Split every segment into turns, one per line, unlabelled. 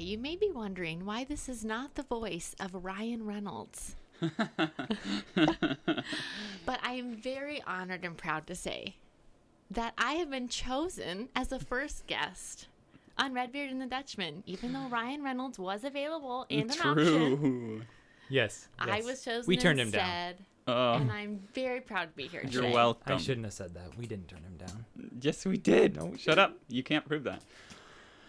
you may be wondering why this is not the voice of Ryan Reynolds. but I am very honored and proud to say that I have been chosen as a first guest on Redbeard and the Dutchman, even though Ryan Reynolds was available and an option.
True.
Yes.
I
yes.
was chosen.
We turned him down.
instead,
Oh,
and I'm very proud to be here.
you're
today.
welcome.
I shouldn't have said that. We didn't turn him down.
Yes, we did.
No, we
Shut
didn't.
up. You can't prove that.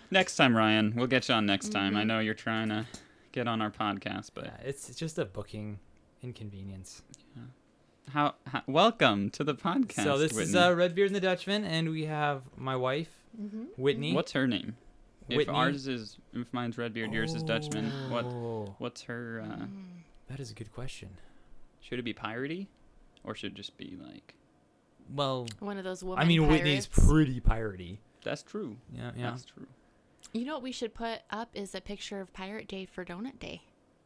Next time, Ryan. We'll get you on next time.
Mm-hmm.
I know you're trying to get on our podcast, but
Yeah, it's just a booking inconvenience.
how, how welcome to the podcast.
so this is
Whitney.
uh, Redbeard and the Dutchman, and we have my wife,
Mm-hmm.
Whitney.
What's her name? If
Whitney?
ours is if mine's Redbeard, yours is Dutchman. What
Oh,
what's her uh,
Mm-hmm.
That is a good question.
should it be piratey? Or should it just be like
Well,
One of those women.
I mean, Whitney's
pirates.
pretty piratey.
that's true.
Yeah, yeah.
That's true.
You know what we should put up is a picture of Pirate Day for Donut Day.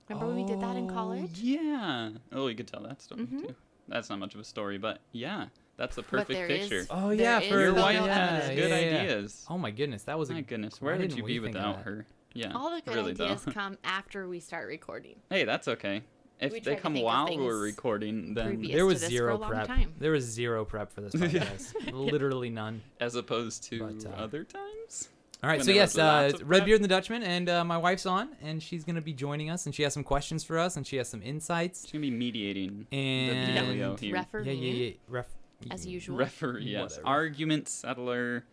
Remember when we did that in
Oh,
college?
Yeah. Oh, you could tell that story too. That's not much of a story, but yeah, that's the perfect
Mm-hmm. but there is-
picture.
Oh,
there
yeah, for-
is
Your
Your
photo
wife
wife
evidence.
has
yeah,
good
yeah, yeah.
ideas.
Oh my goodness, that was a
My goodness, where
why
would
didn't
you
we
be
think of
without
that?
her? Yeah,
All the good
really
ideas
though.
come after we start recording.
hey, that's okay. If
We tried
they
to
come
think of
while
things
we're recording, then
previous.
There
to
was
this for a
zero
long
prep.
time.
There was zero prep for this podcast. Literally none.
as opposed to
But, uh,
other times.
All right,
When
so
there
yes,
was lots of
uh,
prep.
Redbeard and the Dutchman, and uh, my wife's on, and she's gonna be joining us, and she has some questions for us, and she has some insights.
She's gonna be mediating
And-
the dealio here.
Referee,
yeah, yeah, yeah. Ref.
as usual.
Referee, yes,
Whatever.
argument settler.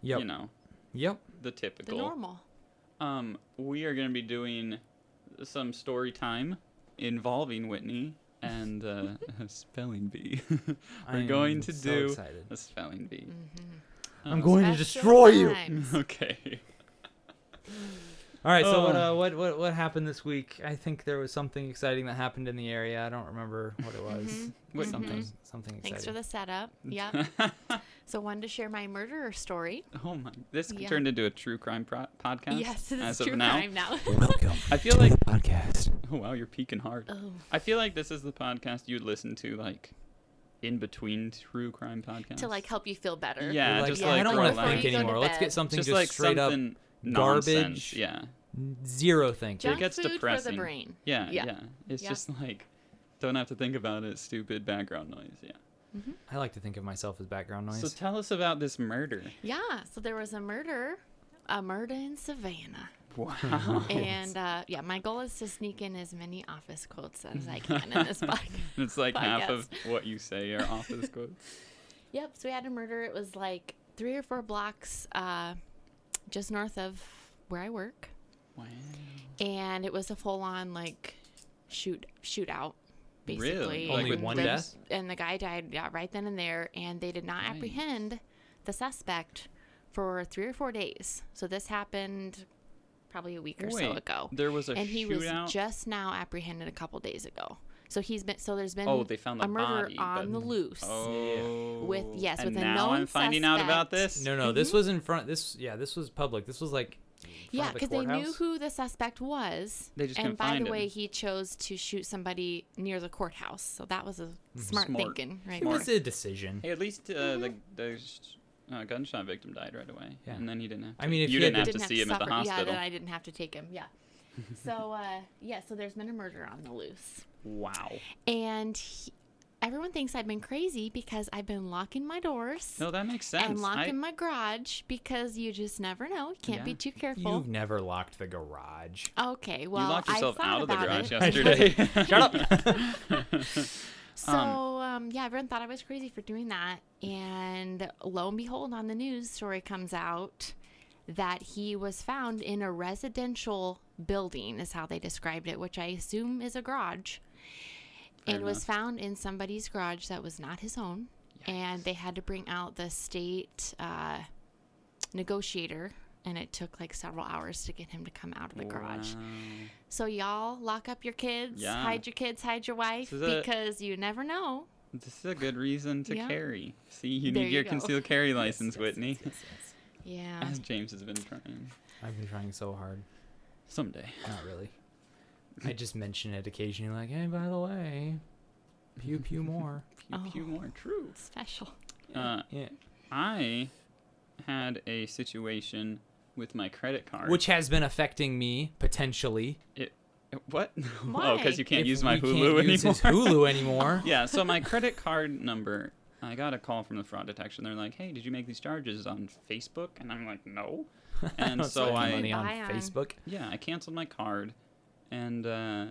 Yep.
You know
Yep.
the
the typical.
normal.
Um, we are gonna be doing some story time involving Whitney and uh, a spelling bee. We're
I
going
am
to
so
do
excited.
a spelling bee.
I'm
Um,
going
Special
to destroy you.
times.
Okay.
All right. So what,
Oh.
uh, what what what happened this week? I think there was something exciting that happened in the area. I don't remember what it was.
Wait,
Something something exciting.
Mm-hmm. Thanks for the setup. Yep. So wanted to share my murderer story.
Oh my! This
Yeah.
turned into a true crime pro- podcast.
Yes, this
as
is
of
true
now.
crime now.
Welcome.
I feel like
podcast.
oh wow, you're peeking hard.
oh,
I feel like this is the podcast you'd listen to like in between true crime podcasts.
to like help you feel better.
yeah,
like,
just
I
like
don't want to
relax.
think
Before you go to
anymore. Let's
bed.
get something just,
like
straight up
something
garbage.
nonsense. Yeah,
zero thinking.
Junk
gets
food for
depressing.
the brain.
yeah, yeah.
Yeah.
It's
Yeah.
just like don't have to think about it. Stupid background noise. Yeah.
I like to think of myself as background noise.
So tell us about this murder.
Yeah. So there was a murder, a murder in Savannah.
Wow.
And uh, yeah, my goal is to sneak in as many office quotes as I can in this podcast.
it's like half of
Podcast.
what you say are office quotes.
Yep. So we had a murder. It was like three or four blocks uh, just north of where I work,
Wow.
and it was a full-on like shoot shootout. Basically,
Really?
Only
And
one
the-
death?
and the guy died yeah, right then and there, and they did not
Nice.
apprehend the suspect for three or four days. So this happened probably a week or so
Wait,
ago,
There was a
and
shootout.
he was just now apprehended a couple days ago. So he's been so there's been
Oh, they found the
a murderer
body,
on
but-
the loose.
Oh.
With- yes,
and
with a
now
known
I'm finding out about
suspect.
this.
no, no, this was in front. This yeah, this was public. This was like in front
Mm-hmm. Yeah,
of the
because they knew
courthouse.
who the suspect was.
They just
and
couldn't
by
find
the way,
him.
he chose to shoot somebody near the courthouse. So that was a smart,
Mhm. Smart.
thinking, right? there.
It
Smart.
was a decision.
Hey, at least uh, the
Mm-hmm.
the sh- uh, gunshot victim died right away,
Yeah.
and then he didn't have. To,
I mean, if
you
he had
didn't have to
Didn't
see him at the
suffer- Yeah,
hospital.
then I didn't have to take him. Yeah. so uh, yeah, so there's been a murder on the loose,
Wow.
and he, everyone thinks I've been crazy because I've been locking my doors.
No, that makes sense.
And
I-
locking my garage because you just never know. You can't be
Yeah.
too careful.
You've never locked the garage.
Okay, well,
you locked yourself
I thought
out of the
about
garage
it.
yesterday.
Shut up.
So um, yeah, everyone thought I was crazy for doing that, and lo and behold, on the news story comes out that he was found in a residential building, is how they described it, which I assume is a garage,
Fair
and was found in somebody's garage that was not his own, and they had to bring out the state uh, negotiator. And it took like several hours to get him to come out of the garage.
Wow.
So y'all lock up your kids,
Yeah.
hide your kids, hide your wife,
is a-
because you never know.
This is a good reason to
Yeah.
carry. See, you
There
need
you
your
go.
concealed carry license, Whitney.
Yeah.
As James has been trying.
I've been trying so hard.
Someday.
Not really. I just mention it occasionally, like, hey, by the way, pew pew more.
Pew, pew
Oh.
more. True.
Special.
Uh,
Yeah.
I had a situation with my credit card.
which has been affecting me potentially.
It, what?
Why?
Oh, because you can't
If
use my
we
Hulu
can't
anymore.
use his Hulu anymore.
yeah, so my credit card number, I got a call from the fraud detection. They're like, "Hey, did you make these charges on Facebook?" And I'm like, "No." And
don't
so
spend
I
money on
Buy on-
Facebook.
yeah, I canceled my card, and uh,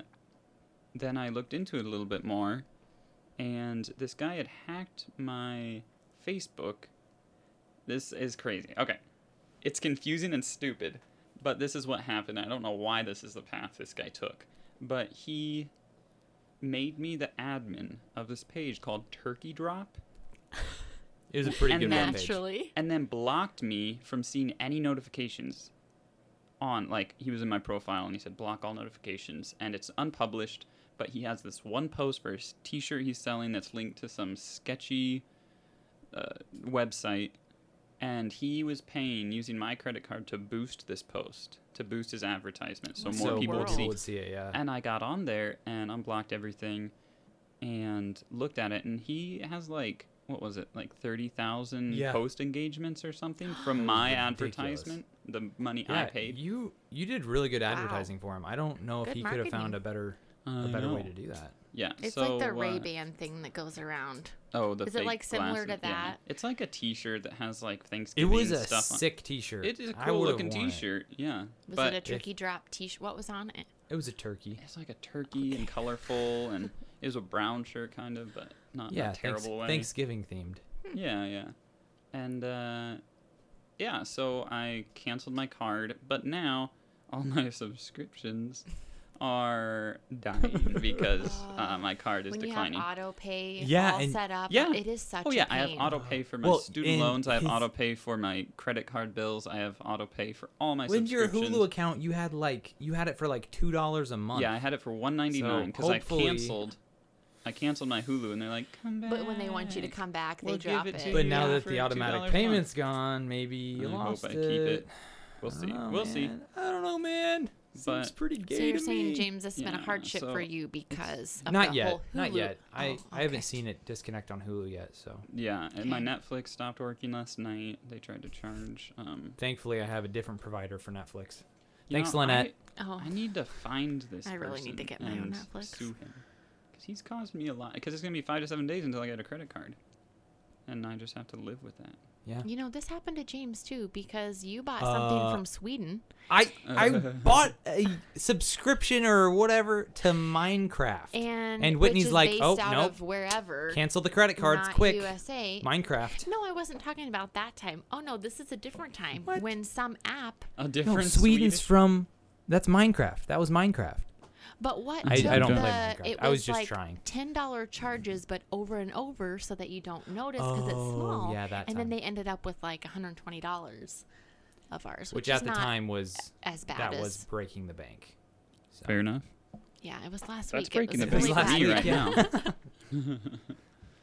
then I looked into it a little bit more, and this guy had hacked my Facebook. This is crazy. Okay, it's confusing and stupid, but this is what happened. I don't know why this is the path this guy took, but he made me the admin of this page called Turkey Drop.
It was a pretty
And
good
then-
webpage.
Naturally.
and then blocked me from seeing any notifications on like he was in my profile and he said block all notifications and it's unpublished but he has this one post for his t-shirt he's selling that's linked to some sketchy uh, website and he was paying using my credit card to boost this post to boost his advertisement so
What
more
the
so
people would
world?
see
would see it. Yeah.
and I got on there and unblocked everything and looked at it and he has like what was it like 30,000
Yeah.
post engagements or something from my
Ridiculous.
advertisement the money I
yeah,
paid
you you did really good advertising for him. I don't know if
Good
he could have found
marketing.
a better
I
a better way
know.
to do that.
yeah
It's
so,
like the
uh,
Ray Ban thing that goes around.
oh the
Is it,
fake
like, similar to
glasses, yeah.
that?
it's like a t-shirt that has like
It
Thanksgiving
was a
stuff on
sick T-shirt.
it is a
I
cool
would've
looking
worn it.
t-shirt yeah
Was
but
it a turkey drop t shirt? What was on it?
It was a turkey.
it's like a turkey and colorful and it was a brown shirt kind of but not in
Yeah,
a
thanks,
terrible way
Thanksgiving themed.
Yeah, yeah. And uh yeah, so I canceled my card, but now all my subscriptions are dying because uh, my card is
when
declining.
you have auto pay
Yeah,
all
and-
set up,
yeah.
it is such
oh yeah,
a
I
pain.
have auto pay for my
Well,
student
and
loans, I have
his-
auto pay for my credit card bills, I have auto pay for all my
With your
subscriptions.
Hulu account, you had like you had it for like two dollars a month.
yeah, I had it for 199 cuz I
hopefully-
canceled I canceled my Hulu and they're like, "Come back."
But when they want you to come back, they
We'll give
drop
it
it.
to
but
you.
now
Yeah,
that
for
the
$2 a
automatic
month.
payment's gone, maybe you
I hope
lost
I keep
it.
it. We'll
I
see.
don't know,
we'll see.
man. I don't know, man. Seems
But-
pretty gay
so you're
to
saying,
me.
James, this has been a
Yeah,
hardship for
so
you because of
not
the
yet,
whole Hulu.
not yet. I
Oh,
I haven't
okay.
seen it disconnect on Hulu yet, so
Yeah, and my
Okay.
Netflix stopped working last night. They tried to charge. Um,
thankfully I have a different provider for Netflix.
you
Thanks,
know,
Lynette.
I,
Oh,
I need to find this.
I really need to
person
get my own
and
Netflix.
Sue him, because he's caused me a lot. Because it's gonna be five to seven days until I get a credit card, and I just have to live with that.
Yeah,
you know this happened to James too because you bought something
Uh,
from Sweden.
I I
Uh.
bought a subscription or whatever to Minecraft,
and
Whitney's
which is
like,
based
"Oh
out
no,
of wherever
cancel the credit cards
not
quick.
USA.
Minecraft.
no, I wasn't talking about that time. Oh no, this is a different time
What?
when some app.
A
No,
different
Sweden's
Swedish-
from. That's Minecraft. That was Minecraft.
But what
I- I
took
don't
the,
play Minecraft.
It was
I was just
like
trying.
Ten dollar charges, but over and over, so that you don't notice because it's
Oh,
small.
yeah, that
and
time.
then they ended up with like one hundred twenty dollars of ours, which,
which,
is
at the
not,
time was
as bad
that
as
was breaking the bank. So.
Fair enough.
yeah, it was last
That's
week. It
breaking the
was
bank
really
last
bad.
for me
week,
right
yeah.
now.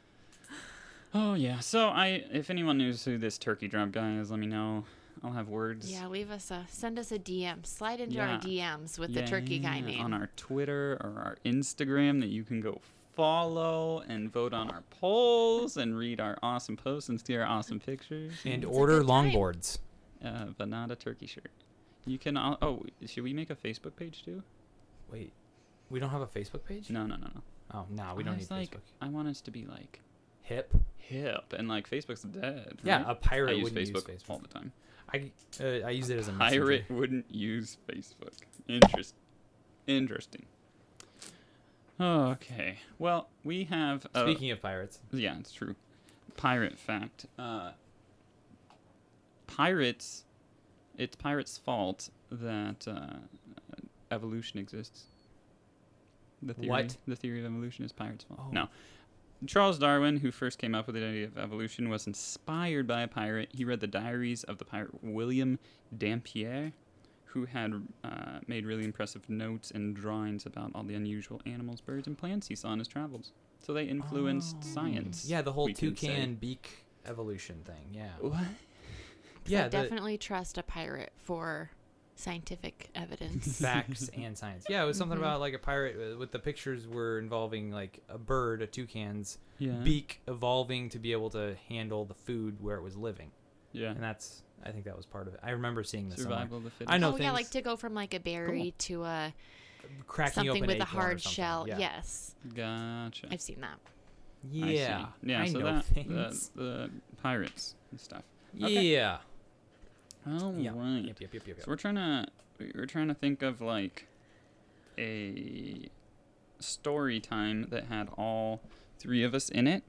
oh yeah. So I, if anyone knows who this turkey drop guy is, let me know. I'll have words.
Yeah, leave us a send us a DM. Slide into
Yeah.
our DMs with the turkey guy
Yeah,
name.
on our Twitter or our Instagram that you can go follow and vote on our polls and read our awesome posts and see our awesome pictures.
And
It's a
order
good time.
longboards.
Uh, but not a turkey shirt. You can all, oh should we make a Facebook page too?
Wait, we don't have a Facebook page?
No no no no.
Oh no, we don't
I
need
was like,
Facebook.
I want us to be like
Hip.
hip and like Facebook's dead.
Yeah,
right?
a pirate
Hmm? I use
wouldn't
Facebook,
use
all
Facebook.
the time.
I uh, I use it as a
Pirate
messenger.
wouldn't use Facebook. Interest, interesting. Okay, well we have a,
Speaking of pirates,
Yeah, it's true. Pirate fact. Uh, pirates. It's pirates' fault that uh, evolution exists. The theory,
What?
The theory of evolution is pirates' fault.
Oh.
No. Charles Darwin, who first came up with the idea of evolution, was inspired by a pirate. He read the diaries of the pirate William Dampier, who had uh, made really impressive notes and drawings about all the unusual animals, birds, and plants he saw in his travels. So they influenced
Oh.
science.
Yeah, the whole
we can say.
toucan beak evolution thing. Yeah.
What?
Yeah,
I
the
definitely trust a pirate for scientific evidence.
facts and science. Yeah, it was
Mm-hmm.
something about like a pirate uh, with the pictures were involving like a bird, a toucan's
Yeah.
beak evolving to be able to handle the food where it was living.
yeah.
And that's I think that was part of it. I remember seeing this. somewhere.
Survival of the fittest.
I know
oh yeah,
things-
like to go from like a berry to a
Cracking
something
open
with a
acorn or
hard
something.
shell.
Yeah.
Yes,
Gotcha.
I've seen that.
I see.
Yeah.
Yeah.
I
so
know
that
things.
The, the pirates and stuff. okay.
Yeah.
All right.
Yeah. Yep, yep, yep, yep,
So
yep.
we're trying to we- we're trying to think of like a story time that had all three of us in it.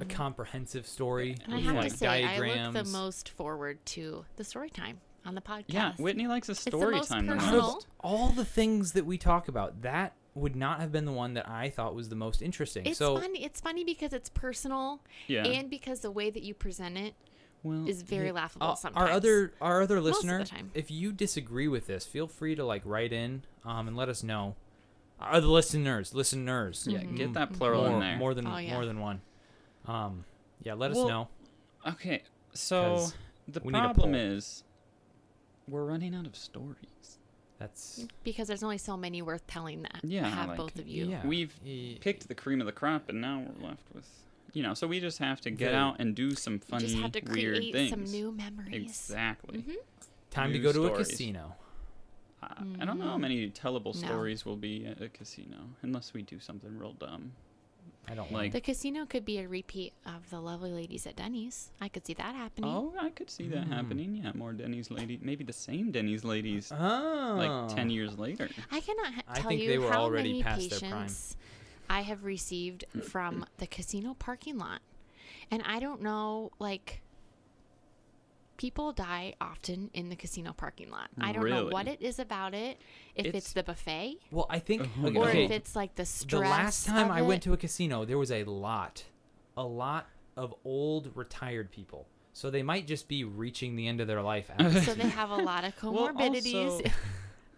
A comprehensive story.
And I
With,
have
like,
to say, I look the
diagrams.
most forward to the story time on the podcast.
Yeah, Whitney likes a
the
story
most
time the
personal.
most.
all the things that we talk about, that would not have been the one that I thought was the most interesting.
It's
so
funny. It's funny because it's personal,
Yeah.
and because the way that you present it
well,
is very
Yeah.
laughable.
Uh,
sometimes.
Mm, Our other our other
Most of
listener,
the time.
if you disagree with this, feel free to like write in um, and let us know. Our other listeners, listeners,
yeah, get that plural
more,
in there.
more than
Mm-hmm. Oh, yeah.
more than one. Um, yeah, let us
Well,
know.
okay, so
'Cause
the
we need a
problem
poll.
is we're running out of stories.
That's
because there's only so many worth telling that
Yeah,
have
like-
both of you.
yeah.
We've
Y-
picked the cream of the crop, and now we're left with you know. So we just have to get
Yeah.
out and do some
You
funny,
just have to
weird
create
things.
some new memories. Mm-hmm.
Exactly.
time to
new
go to a
stories.
casino.
I, I don't know how many tellable
Mm-hmm. No.
stories will be at a casino unless we do something real dumb.
I don't
Like-
like.
The casino could be a repeat of the lovely ladies at Denny's. I could see that happening.
Oh, I could see
Mm.
that happening. Yeah, more Denny's lady, maybe the same Denny's ladies,
Oh,
like ten years later.
I cannot ha-
I
tell
think
you
they were
how
already
many
past their prime.
patients I have received from the casino parking lot. And I don't know, like, people die often in the casino parking lot. I don't know what
Really?
it is about it. If it's,
It's-
the buffet
Well, I think
Or
okay,
or
No.
if it's like the
the
stress.
last time
of
I went
it.
to a casino, there was a lot, a lot of old retired people. So they might just be reaching the end of their life. After
So they have a lot of
Well,
comorbidities.
also,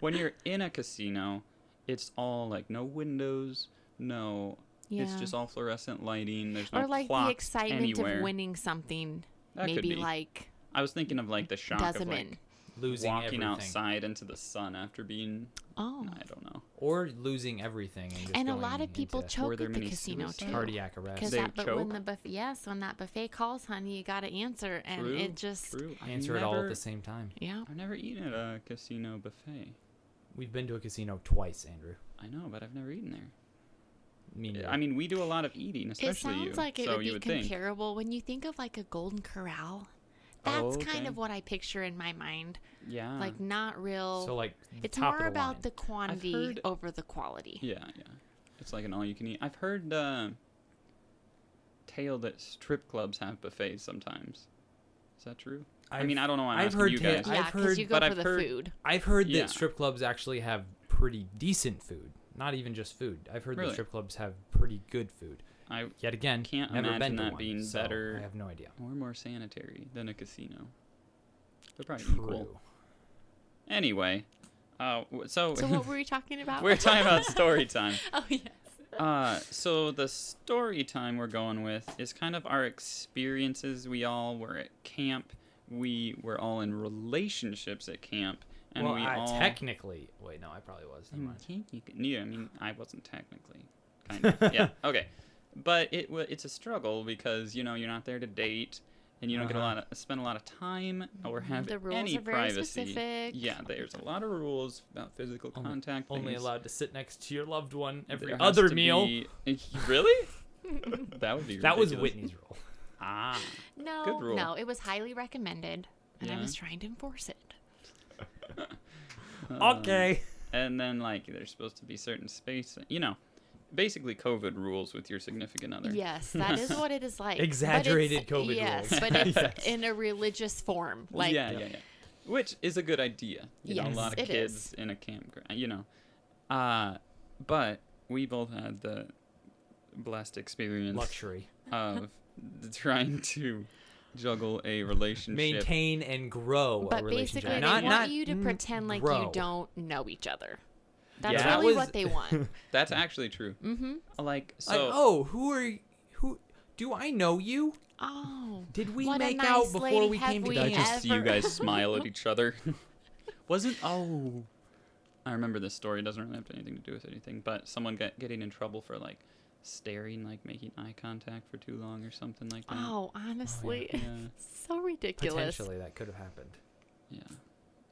when you're in a casino, it's all like no windows, no. It's
Yeah.
just all fluorescent lighting. There's no
or like the
clocks
excitement
anywhere.
of winning something.
That could
maybe
be.
like
I was thinking of like the shock of
doesn't
like
in.
losing
walking
everything
outside into the sun after being.
Oh.
I don't know.
or losing everything, and, just
And a
going
lot of people
into
choke
there
at the
many
casino
suicides?
too.
cardiac
Because
arrest.
They
that, but when
choke?
the buffet, yes, when that buffet calls, honey, you gotta answer, and
true,
it just,
true. I've
Answer it all at
never-
the same time.
yeah.
I've never eaten at a casino buffet.
We've been to a casino twice, Andrew.
I know, but I've never eaten there.
Me neither.
I mean, we do a lot of eating,
It
especially
sounds
you.
like it
so
would
you
be
would think.
comparable when you think of like a Golden Corral. That's
Oh,
kind
okay.
of what I picture in my mind,
Yeah.
like not real.
so like the
it's
top
more
of the
about
line.
the quantity
heard-
over the quality.
yeah, yeah. It's like an all-you-can-eat. I've heard uh, tale that strip clubs have buffets sometimes. Is that true? i mean,
I've-
I don't know. why I'm
I've
asking
heard
you
ta-
guys.
I've
Yeah, because
heard-
you go
but
for
I've
the
heard-
food.
I've heard
Yeah.
that strip clubs actually have pretty decent food. Not even just food. I've heard
Really?
that strip clubs have pretty good food.
I
Yet again,
Can't
never
imagine
been to
that
one,
being
so
better
I have no idea.
more more sanitary than a casino. They're probably equal.
True.
Anyway, uh, w- so,
So what were we talking about?
we're talking about story time.
oh yes.
Uh, so the story time we're going with is kind of our experiences. We all were at camp. We were all in relationships at camp, and
well,
we
I
all Mm,
technically, wait, no, I probably was. Never mind.
Yeah, I mean, I wasn't technically. Kind of. yeah. Okay. But it wa- it's a struggle because you know you're not there to date, and you don't get a
Uh-huh.
lot of spend a lot of time or
Mm-hmm.
have
The rules
any
are very
privacy.
specific.
Yeah, there's a lot of rules about physical
Only-
contact.
Only
things.
allowed to sit next to your loved one every
There has
other
to
meal.
be- really? that would be.
That was
ridiculous.
Whitney's rule.
Ah.
No,
rule.
no, it was highly recommended, and I
Yeah.
was trying to enforce it.
Um,
okay.
And then like there's supposed to be certain space. You know, basically COVID rules with your significant other.
Yes, that is what it is like. But it's-
Exaggerated COVID
yes,
rules.
but it's
Yes.
in a religious form. Like
yeah, yeah, yeah. Which is a good idea. You know, a
Yes,
lot of
it
kids
is.
in a campground, you know. Uh, but we both had the blessed experience
Luxury.
of trying to juggle a relationship.
Maintain and grow a
but
relationship.
basically,
not,
they
not
want you to
mm,
pretend like
grow.
you don't know each other. That's
Yeah. That
really
was-
what they want.
That's actually true. Mm-hmm. Like so.
Like, oh, who are y- who? Do I know you?
Oh,
Did we
what a
make
nice
out before
lady
we
have
came
we
I
together?
ever-
just see you guys smile at each other. Wasn't oh. I remember this story. It doesn't really have anything to do with anything, but someone got getting in trouble for like staring, like making eye contact for too long or something like that.
Oh, honestly,
yeah.
so ridiculous.
Potentially that could have happened.
Yeah.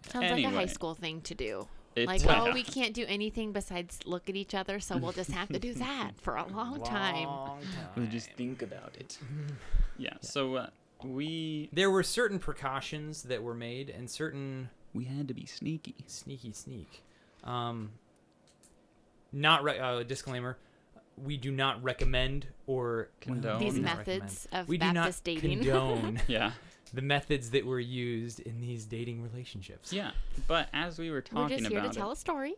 Sounds like a high
Anyway.
school thing to do.
It-
like,
yeah.
oh, we can't do anything besides look at each other, so we'll just have to do that for a long time.
Long
We'll
time.
just think about it. yeah, So uh, we
There were certain precautions that were made and certain
we had to be sneaky.
sneaky sneak. Um, not re- uh, disclaimer. We do not recommend or
Condone.
These
Oh, no.
methods of
we
Baptist
do not
dating.
condone
Yeah.
the methods that were used in these dating relationships.
Yeah. But as we were
We're
talking
just here to
about
tell
it,
a story.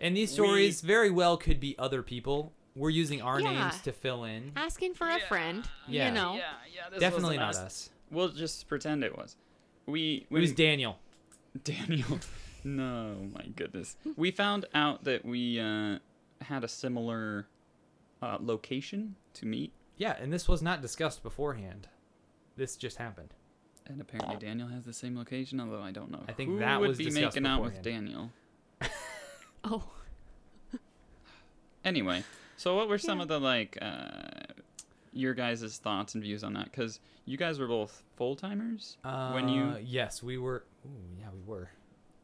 And these
We-
stories very well could be other people. We're using our
Yeah.
names to fill in.
Asking for a friend,
Yeah.
you know.
Yeah. Yeah. this
Definitely
wasn't
not us.
We'll just pretend it was. We
It was
when-
Daniel.
Daniel. No, my goodness. We found out that we uh, had a similar uh, location to meet,
Yeah, and this was not discussed beforehand. This just happened.
and apparently Daniel has the same location. Although I don't know.
I think
who
that
would
was
be
discussed
making out with
beforehand.
Daniel.
Oh,
Anyway, so what were some
Yeah.
of the like uh, your guys' thoughts and views on that? Because you guys were both full timers when you.
Uh, yes, we were. Ooh, yeah, we were.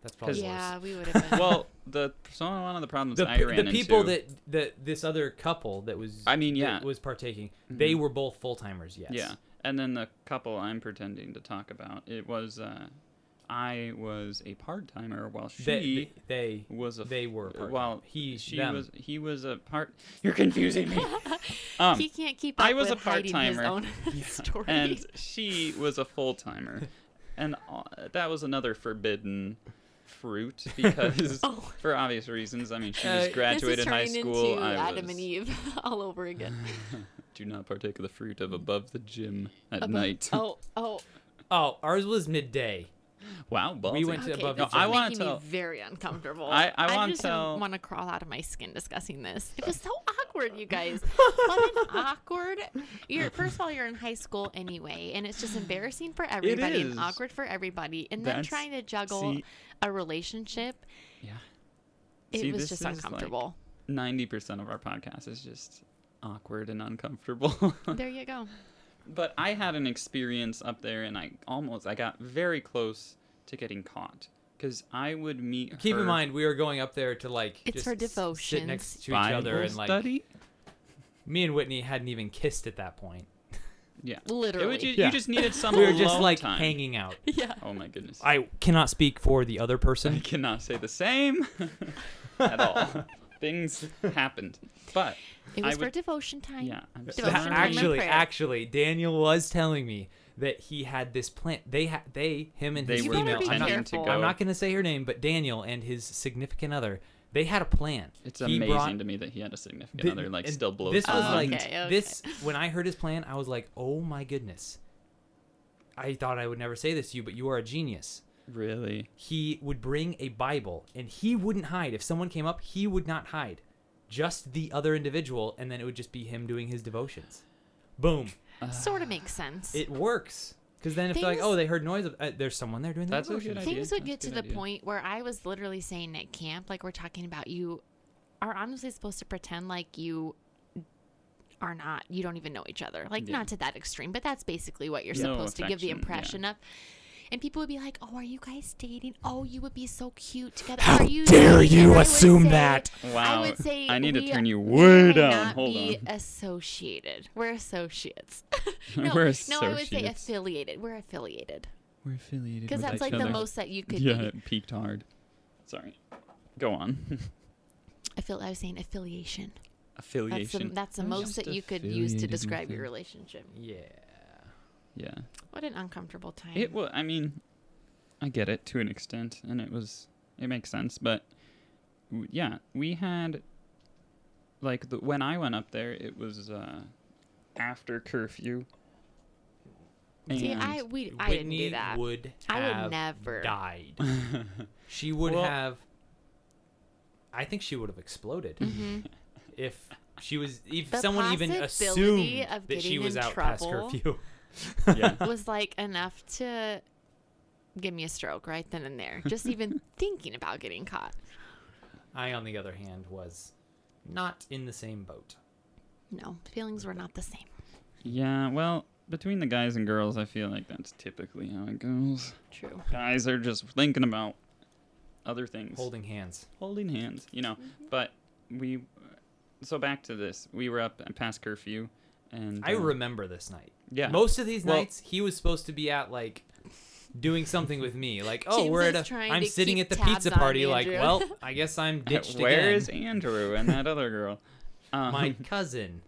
That's probably
'Cause-
worse.
yeah, we would have been.
Well, the so one of the problems
the,
I
pe-
ran
the people
into.
that that this other couple that was
I mean,
that
yeah.
was partaking they
Mhm.
were both full timers yes
Yeah. And then the couple I'm pretending to talk about, it was uh, I was a part timer while she
they they,
was a
they were part
well
he
she
them.
was he was a part you're confusing me. um
he can't keep up
I was a
with hiding his
part-timer.
own story.
and she was a full timer. And uh, that was another forbidden fruit because
Oh.
for obvious reasons. I mean, she
Uh, this
just
is
graduated
this is
high
turning
school.
Into
I
Adam
was,
and Eve all over again.
Do not partake of the fruit of above the gym at
Above-
night.
Oh, oh,
oh ours was midday
wow,
we
ballsy.
went to
Okay,
above
No,
the
I
gym.
wanna
making me
tell-
very uncomfortable.
I- I wanna
just
tell-
want to crawl out of my skin discussing this. It was so awkward, you guys. what an awkward. You're first of all, you're in high school anyway, and it's just embarrassing for everybody
is.
and awkward for everybody. And then
That's-
trying to juggle
see-
a relationship,
yeah.
it
See,
was
this
just
is, like,
uncomfortable.
ninety percent of our podcast is just awkward and uncomfortable.
There you go.
but I had an experience up there, and I almost I got very close to getting caught because I would meet.
keep
her
in mind we were going up there to like
It's
just
her
s- sit next
devotions.
to each
Bible
other and like
study.
me and Whitney hadn't even kissed at that point
Yeah,
Literally.
It would ju-
Yeah.
You just needed some.
we were just
alone
like
time.
hanging out
Yeah.
Oh my goodness! I
I cannot speak for the other person
cannot say the same at all. Things happened, but
It
I
was for
would-
devotion time.
yeah, I'm
So
sorry.
Devotion time and
actually,
prayer.
actually, Daniel was telling me that he had this plan. They had they him and his
They
You
were
better
female.
be
I'm not,
pretending to
careful.
go.
I'm not going to say her name, but Daniel and his significant other, they had a plan.
It's
He
amazing
brought-
to me that he had a significant
th-
other. Like,
and
still blows.
This was
my
Oh,
like
mind.
okay, okay.
this. When I heard his plan, I was like, "Oh my goodness!" I thought I would never say this to you, but you are a genius.
really.
He would bring a Bible, and he wouldn't hide. If someone came up, he would not hide. Just the other individual, and then it would just be him doing his devotions. Boom.
Sort of makes sense.
It works. Because then if they're like,
Things-
oh, they heard noise, of, uh, there's someone there doing the
That's a good
devotions.
idea.
things would get
That's
to
a
the
good idea.
point where I was literally saying at camp, like we're talking about, you are honestly supposed to pretend like you are not, you don't even know each other. Like,
Yeah.
not to that extreme, but that's basically what you're
No
supposed to give the
affection,
impression
yeah.
of. And people would be like, "Oh, are you guys dating? Oh, you would be so cute together. How are you dare you assume that? I
Wow.
would say
I need to
we-
turn you
we
way
may
down.
Not
Hold
be
on.
associated. We're associates. no,
We're
no, I would say
associates.
affiliated. We're affiliated
We're affiliated.
because
with
that's
each
like the
other.
most that you could
yeah,
be.
it peaked hard. Sorry. Go on.
I feel I was saying affiliation. That's the,
Affiliation.
that's the
I'm
most
just
that you could use to
affiliated with
describe your
them.
relationship.
Yeah.
Yeah.
What an uncomfortable time.
It was. I mean, I get it to an extent, and it was. It makes sense, but w- yeah, we had like the, when I went up there, it was uh, after curfew.
See,
And-
I we I didn't
Whitney
do that.
would
I would
have
never.
died. she would
Well-
have. I think she would have exploded
Mm-hmm.
if she was if
The
someone even
possibility
assumed
of
that she
getting
was
in
out past
trouble.
curfew.
yeah.
was like enough to give me a stroke right then and there. Just even thinking about getting caught.
I, on the other hand, was not in the same boat.
No, feelings were not the same.
Yeah, well, between the guys and girls, I feel like that's typically how it goes.
True.
Guys are just thinking about other things,
Holding hands.
holding hands, you know. But we, so back to this, we were up past curfew, and
I
uh,
remember this night.
yeah,
Most of these
Well-
nights, he was supposed to be at like doing something with me. Like, oh,
James
we're
is
at a.
trying
I'm
to
sitting
keep
at the
tabs
pizza
on
party. Like,
Andrew.
well, I guess I'm
Uh,
ditched
Where
again.
is Andrew and that other girl? Um,
my cousin?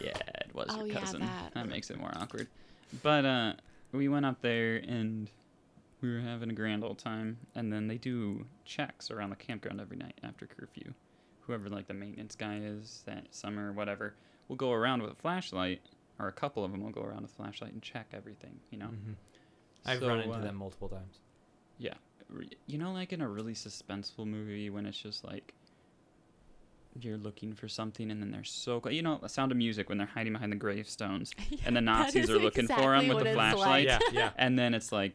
yeah, it was
Oh,
your
yeah,
cousin.
that.
that makes it more awkward. But uh, we went up there and we were having a grand old time. And then they do checks around the campground every night after curfew. Whoever like the maintenance guy is that summer, whatever, will go around with a flashlight, or a couple of them will go around with a flashlight and check everything. You know,
Mhm. I've
So,
run into
uh,
them multiple times.
re- you know, like in a really suspenseful movie when it's just like you're looking for something and then they're so close. You know, the sound of music when they're hiding behind the gravestones and the
That
Nazis
is
are looking for him
exactly
with
what
the
it's like.
flashlight.
Yeah, yeah.
And then it's like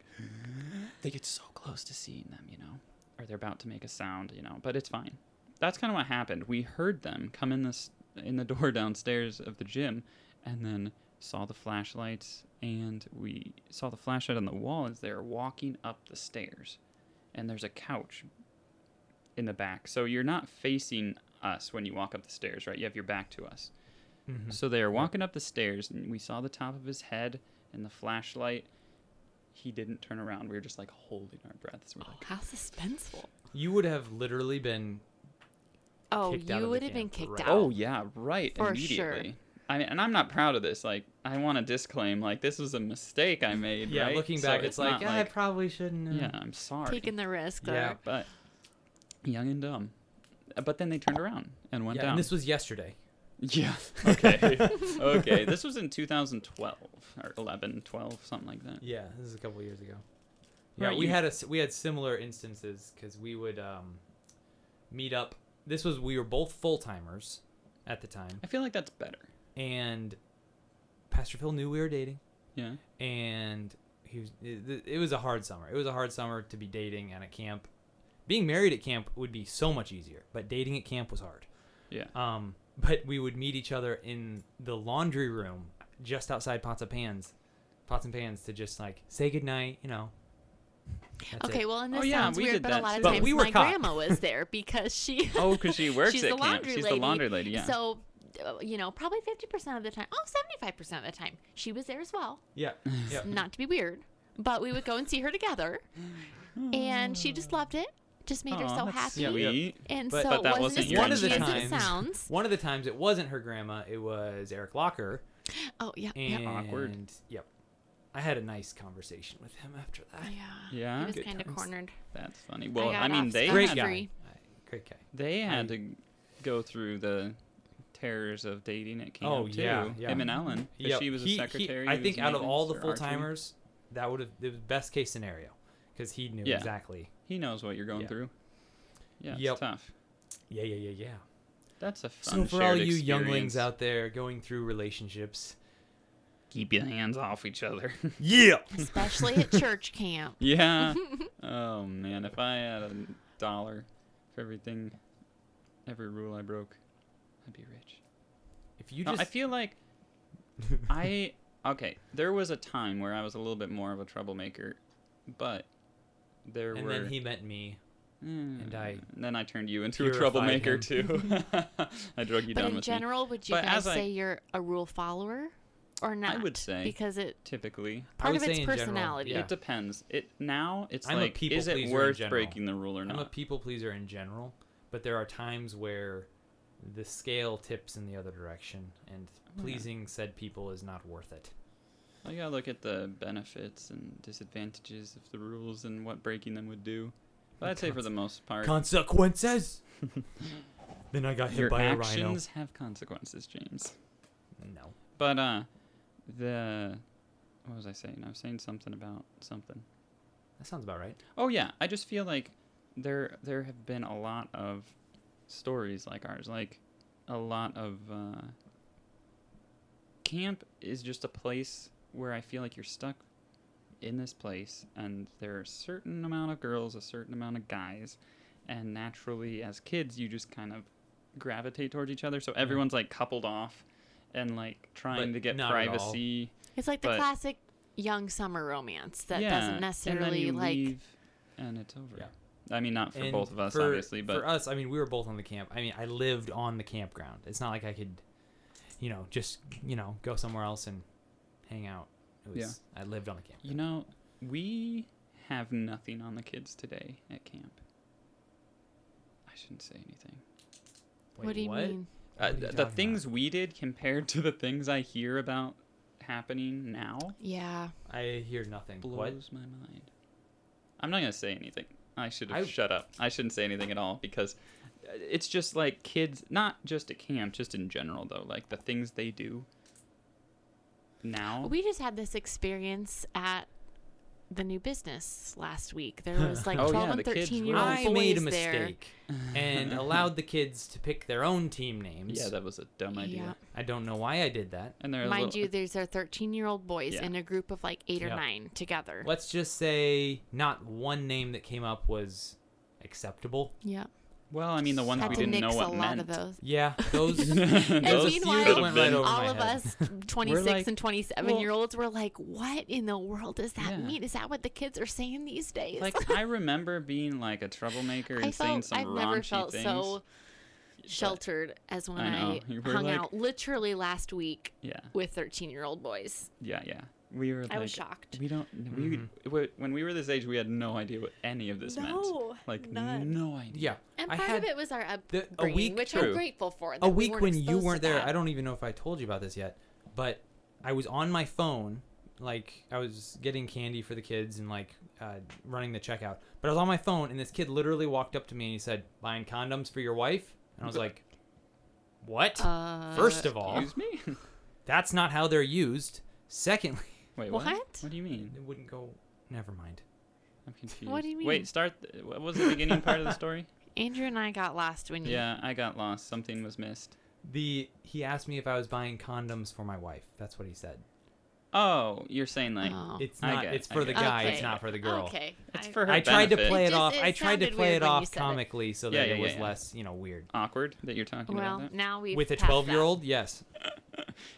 they get so close to seeing them, you know, or they're about to make a sound, you know, but it's fine. That's kind of what happened. We heard them come in this in the door downstairs of the gym and then saw the flashlights and we saw the flashlight on the wall as they were walking up the stairs. And there's a couch in the back. So you're not facing us when you walk up the stairs, right? You have your back to us.
Mhm.
So they were walking up the stairs, and we saw the top of his head and the flashlight. He didn't turn around. We were just like holding our breaths. We're
Oh,
like,
how suspenseful.
You would have literally been
Oh,
Kicked out of
you
the
would have been
camp,
kicked
right.
out.
oh yeah, right,
For sure.
immediately. I mean, and I'm not proud of this. Like, I want to disclaim, like, this was a mistake I made.
Yeah,
right?
looking
So
back, it's, like,
not
"Yeah, I probably shouldn't. Have.
yeah, I'm sorry.
Taking Mm. the risk.
Yeah.
or-
but young and dumb. Uh, But then they turned around and went
yeah.
down.
And this was yesterday.
Yeah. Okay. okay. This was in 2012 or 11, 12, something like that.
Yeah, this is a couple years ago. Yeah,
Right,
we
you-
had a s- we had similar instances because we would um, meet up. This was we were both full timers at the time,
I feel like that's better.
and Pastor Phil knew we were dating,
Yeah.
and he was. It, it was a hard summer. It was a hard summer to be dating and at camp. Being married at camp would be so much easier, but dating at camp was hard.
Yeah.
Um, but we would meet each other in the laundry room just outside Pots and Pans, Pots and Pans to just like say goodnight, you know. That's
okay,
it.
well, and
Oh,
this
yeah,
sounds
we did
weird, but a
that
lot of
too. But
times
we were
my
caught.
grandma was there because she.
Oh, because she works
She's
at
the
camp.
laundry
She's the
lady,
laundry lady. Yeah.
So, uh, you know, probably 50% of the time, oh, 75% of the time, she was there as well.
Yeah. yeah.
Not to be weird, but we would go and see her together. and she just loved it, just made her
Aw,
so
that's
happy.
Sweet.
And
But-
so
But that
it
wasn't
wasn't,
your
as
One of the
cringy as
times,
it sounds.
one of the times, it wasn't her grandma. It was Eric Locker,
Oh, yeah. yeah.
and
Awkward.
Yep. I had a nice conversation with him after that.
Yeah.
Yeah.
He was
Good
kind of
times.
cornered.
That's funny. Well,
got
I, mean,
off
they
scot-free.
Great
had,
Yeah.
guy. I- Great guy.
they had
I-
to go through the terrors of dating at camp
Oh,
too.
yeah, yeah.
Him and Ellen. 'cause
Yep.
She was
He-
a
he-
secretary.
I
he
think
was
out of all the
maintenance or
full
archery.
timers, that would have the best case scenario, because he knew
Yeah.
exactly.
he knows what you're going
Yeah.
through. Yeah, it's
Yep.
tough.
Yeah, yeah, yeah, yeah.
That's a fun.
So for all
shared
you
experience.
younglings out there going through relationships,
keep your hands off each other.
yeah,
Especially at church camp.
Yeah. oh man, if I had a dollar for everything, every rule I broke, I'd be rich.
if you
No,
just
I feel like I okay. There was a time where I was a little bit more of a troublemaker, but there
and
were.
then he met me.
Mm,
and I
then I turned you into a
purified
troublemaker
him.
too. I drug you
but
down
in
with me.
general, would you
But
guys
as I-
say you're a rule follower or not?
would say-
Because it
Typically,
part
would
of
say
its
in general,
personality.
yeah.
it depends. It now it's
I'm a
like,
people
is
pleaser
it
in
worth
general.
breaking the rule or
I'm a
not?
people pleaser in general, but there are times where the scale tips in the other direction, and
Oh,
pleasing said people is not worth it.
I gotta look at the benefits and disadvantages of the rules and what breaking them would do. But I'd say for the most part,
Consequences. then I got hit
your
by a rhino.
actions have consequences, James.
No.
But uh, the what was I saying? I was saying something about something.
That sounds about right.
Oh yeah, I just feel like there there have been a lot of stories like ours, like a lot of uh, camp is just a place where I feel like you're stuck in this place, and there are a certain amount of girls, a certain amount of guys, and naturally as kids you just kind of gravitate towards each other. So everyone's like coupled off, and like trying
But
to get
not at all.
privacy.
It's like the
But-
classic young summer romance that
yeah,
doesn't
and then
necessarily
you
like
leave, and it's over.
Yeah.
I mean, not for
And
both of us,
for-
obviously, but
for us, I mean, we were both on the camp. I mean, I lived on the campground. It's not like I could, you know, just you know go somewhere else and hang out. It was, I lived on the campground.
you know, we have nothing on the kids today at camp. I shouldn't say anything.
what do you mean?
Uh,
What are you
th- the
talking
things we did compared to the things I hear about happening now
Yeah.
I hear nothing.
blows
What?
my mind. I'm not gonna say anything. I should have
I-
shut up. I shouldn't say anything at all because uh, it's just like kids, not just at camp, just in general though. Like the things they do now.
We just had this experience at the new business last week. There was like
Oh,
12
yeah,
and
the kids
13 year
were-
old
I
boys
made a
there.
mistake and allowed the kids to pick their own team names.
yeah, that was a dumb idea.
Yeah.
I don't know why I did that.
And they're a
Mind
little-
you, these are 13 year old boys
Yeah.
in a group of like eight or
Yeah.
nine together.
Let's just say not one name that came up was acceptable.
Yeah.
well, I mean the ones
Had
we
to
didn't
nix
know
a
what
lot
meant.
of those.
Yeah, those
And
Those few
meanwhile,
went right over
all
my
of
head.
us, 26
like,
and 27
well-
year olds, were like, what in the world does that
Yeah.
mean? Is that what the kids are saying these days?
Like I remember being like a troublemaker and
I
saying
felt
some
I've
raunchy
never felt
things.
so sheltered as when
I
I,
know. You were
hung
like-
out literally last week
Yeah,
with 13 year old boys.
yeah, yeah. We were. Like,
I was shocked.
We don't. We w when we were this age, we had no idea what any of this
No,
meant. Like
none.
no idea.
Yeah.
And
I
part
had
of it was our upbringing,
week-
which I'm
True.
grateful for. that
a
we
week
weren't
when you
exposed to
weren't there.
that.
I don't even know if I told you about this yet, but I was on my phone, like I was getting candy for the kids and like uh, running the checkout. But I was on my phone, and this kid literally walked up to me and he said, "Buying condoms for your wife," and I was like, "What?
Uh,
First of all,
Excuse me.
that's not how they're used. Secondly,
Wait, what?
What?
do you mean?
it wouldn't go. Never mind.
I'm confused.
do you mean?
Wait, start. th- What was the beginning part of the story?
Andrew and I got lost when you.
Yeah, I got lost. Something was missed.
The he asked me if I was buying condoms for my wife. That's what he said.
Oh, you're saying like
Oh.
It's
I
not.
get-
it's
I
for the
get it.
guy. It's
Okay.
not for the girl.
Okay.
it's
I-
for her
I tried to
benefit.
play
It
it, off.
just-
I
it
tried to
sounded
play
weird
it
when you
off
said it.
comically so
Yeah,
that it
yeah,
was
yeah.
less, you know, weird.
awkward that you're talking
Well,
about that.
now we
With a 12 year old, yes.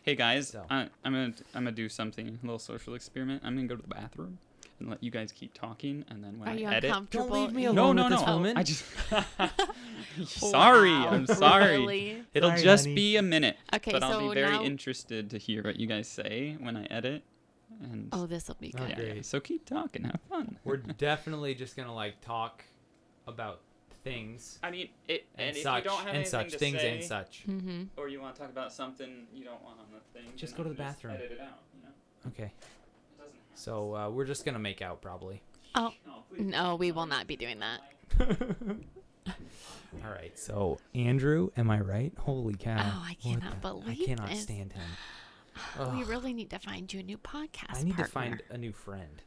Hey guys,
So-
I, I'm gonna I'm gonna do something, a little social experiment. I'm gonna go to the bathroom and let you guys keep talking, and then when
Are
I
you
edit,
uncomfortable?
alone.
no,
with
no,
this
no,
woman?
I just sorry,
Oh, Wow,
I'm sorry.
really?
It'll
Sorry,
just
honey.
be a minute,
Okay,
but I'll
so
be very
now-
interested to hear what you guys say when I edit. And
Oh, this will be
Oh,
good.
yeah, yeah,
great.
so keep talking, have fun.
We're definitely just going to, like, talk about things
I mean, it,
and, such and such, things and such.
Mm-hmm.
or you want to talk about something you don't want on the thing,
Just then go to I the can just bathroom. edit
it out. You know,
Okay.
it doesn't
So uh, we're just going to make out, probably.
Oh, no, we will not be doing that.
All right. So, Andrew, am I right? Holy cow.
Oh, I
What
cannot
I
believe
cannot
this.
stand him.
We
Ugh.
really need to find you a new podcast.
I need
partner.
to find a new friend.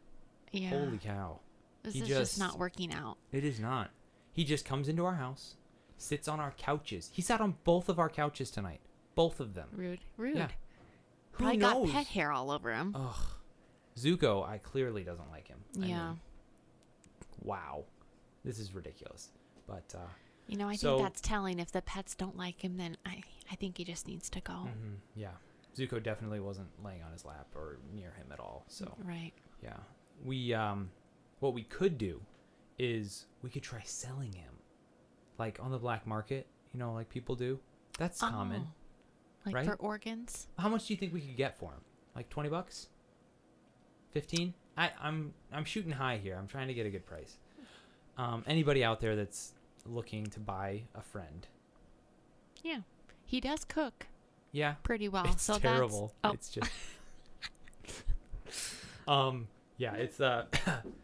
Yeah.
Holy cow.
this
he
is
just-
just not working out.
It is not. He just comes into our house, sits on our couches. He sat on both of our couches tonight. Both of them.
Rude. Rude.
Yeah. Who
Probably
knows?
got pet hair all over him.
Ugh. Zuko, I clearly doesn't like him. I
yeah.
mean, wow. This is ridiculous. But uh
you know, I
so-
think that's telling. If the pets don't like him, then I, I think he just needs to go.
mhm, yeah. Zuko definitely wasn't laying on his lap or near him at all. So
Right.
yeah. We um what we could do is we could try selling him. Like on the black market, you know, like people do. That's common.
Oh. Like
right?
for organs.
How much do you think we could get for him? Like twenty bucks? Fifteen? I, I'm I'm shooting high here. I'm trying to get a good price. Um, anybody out there that's looking to buy a friend?
Yeah. He does cook
Yeah,
pretty well.
it's
so
terrible.
That's, oh,
It's just. um. Yeah. It's uh.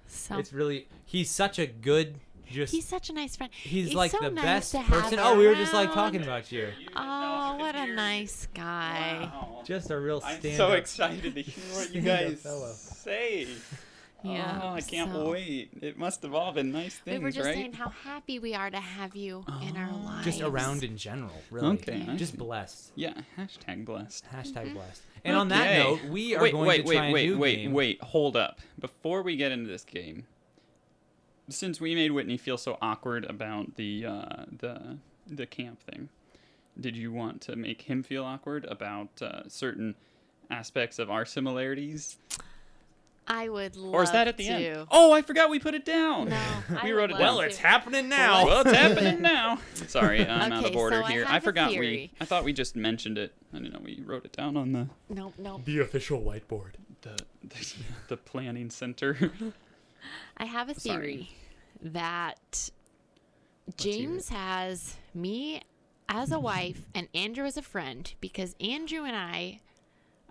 so
It's really. He's such a good. Just.
he's
He's,
such a nice friend.
like
so
the
nice
best
to have
person. Oh, we were just like
around.
talking about you.
Oh, what a nice guy.
Just a real
I'm
stand.
so excited to hear what you
stand-up
guys
fellow.
say.
Yeah.
Oh, I can't
so-
wait. It must have all been nice
We
things,
were just
right?
saying how happy we are to have you in our lives.
Oh. Just around in general, really.
Okay, I
Just
see.
blessed.
yeah, hashtag blessed.
Mm-hmm.
Hashtag blessed. And on that
Okay.
note, we are
wait,
going
wait,
to try
wait, wait,
a new
wait,
game.
wait. Hold up. Before we get into this game, since we made Whitney feel so awkward about the uh, the the camp thing, did you want to make him feel awkward about uh, certain aspects of our similarities?
I would love
Or is that at the
to.
end? Oh, I forgot we put it down.
No, I
We
would
wrote it
love
down.
Well, it's
to.
happening now.
Well, it's happening now. Sorry, I'm out
Okay,
of order
so I
here.
have a
forgot we.
theory.
I thought we just mentioned it. I don't know. We wrote it down on the
Nope, nope.
the official whiteboard.
the the, the planning center.
I have a
Sorry.
theory that
hear it.
James has me as a wife and Andrew as a friend because Andrew and I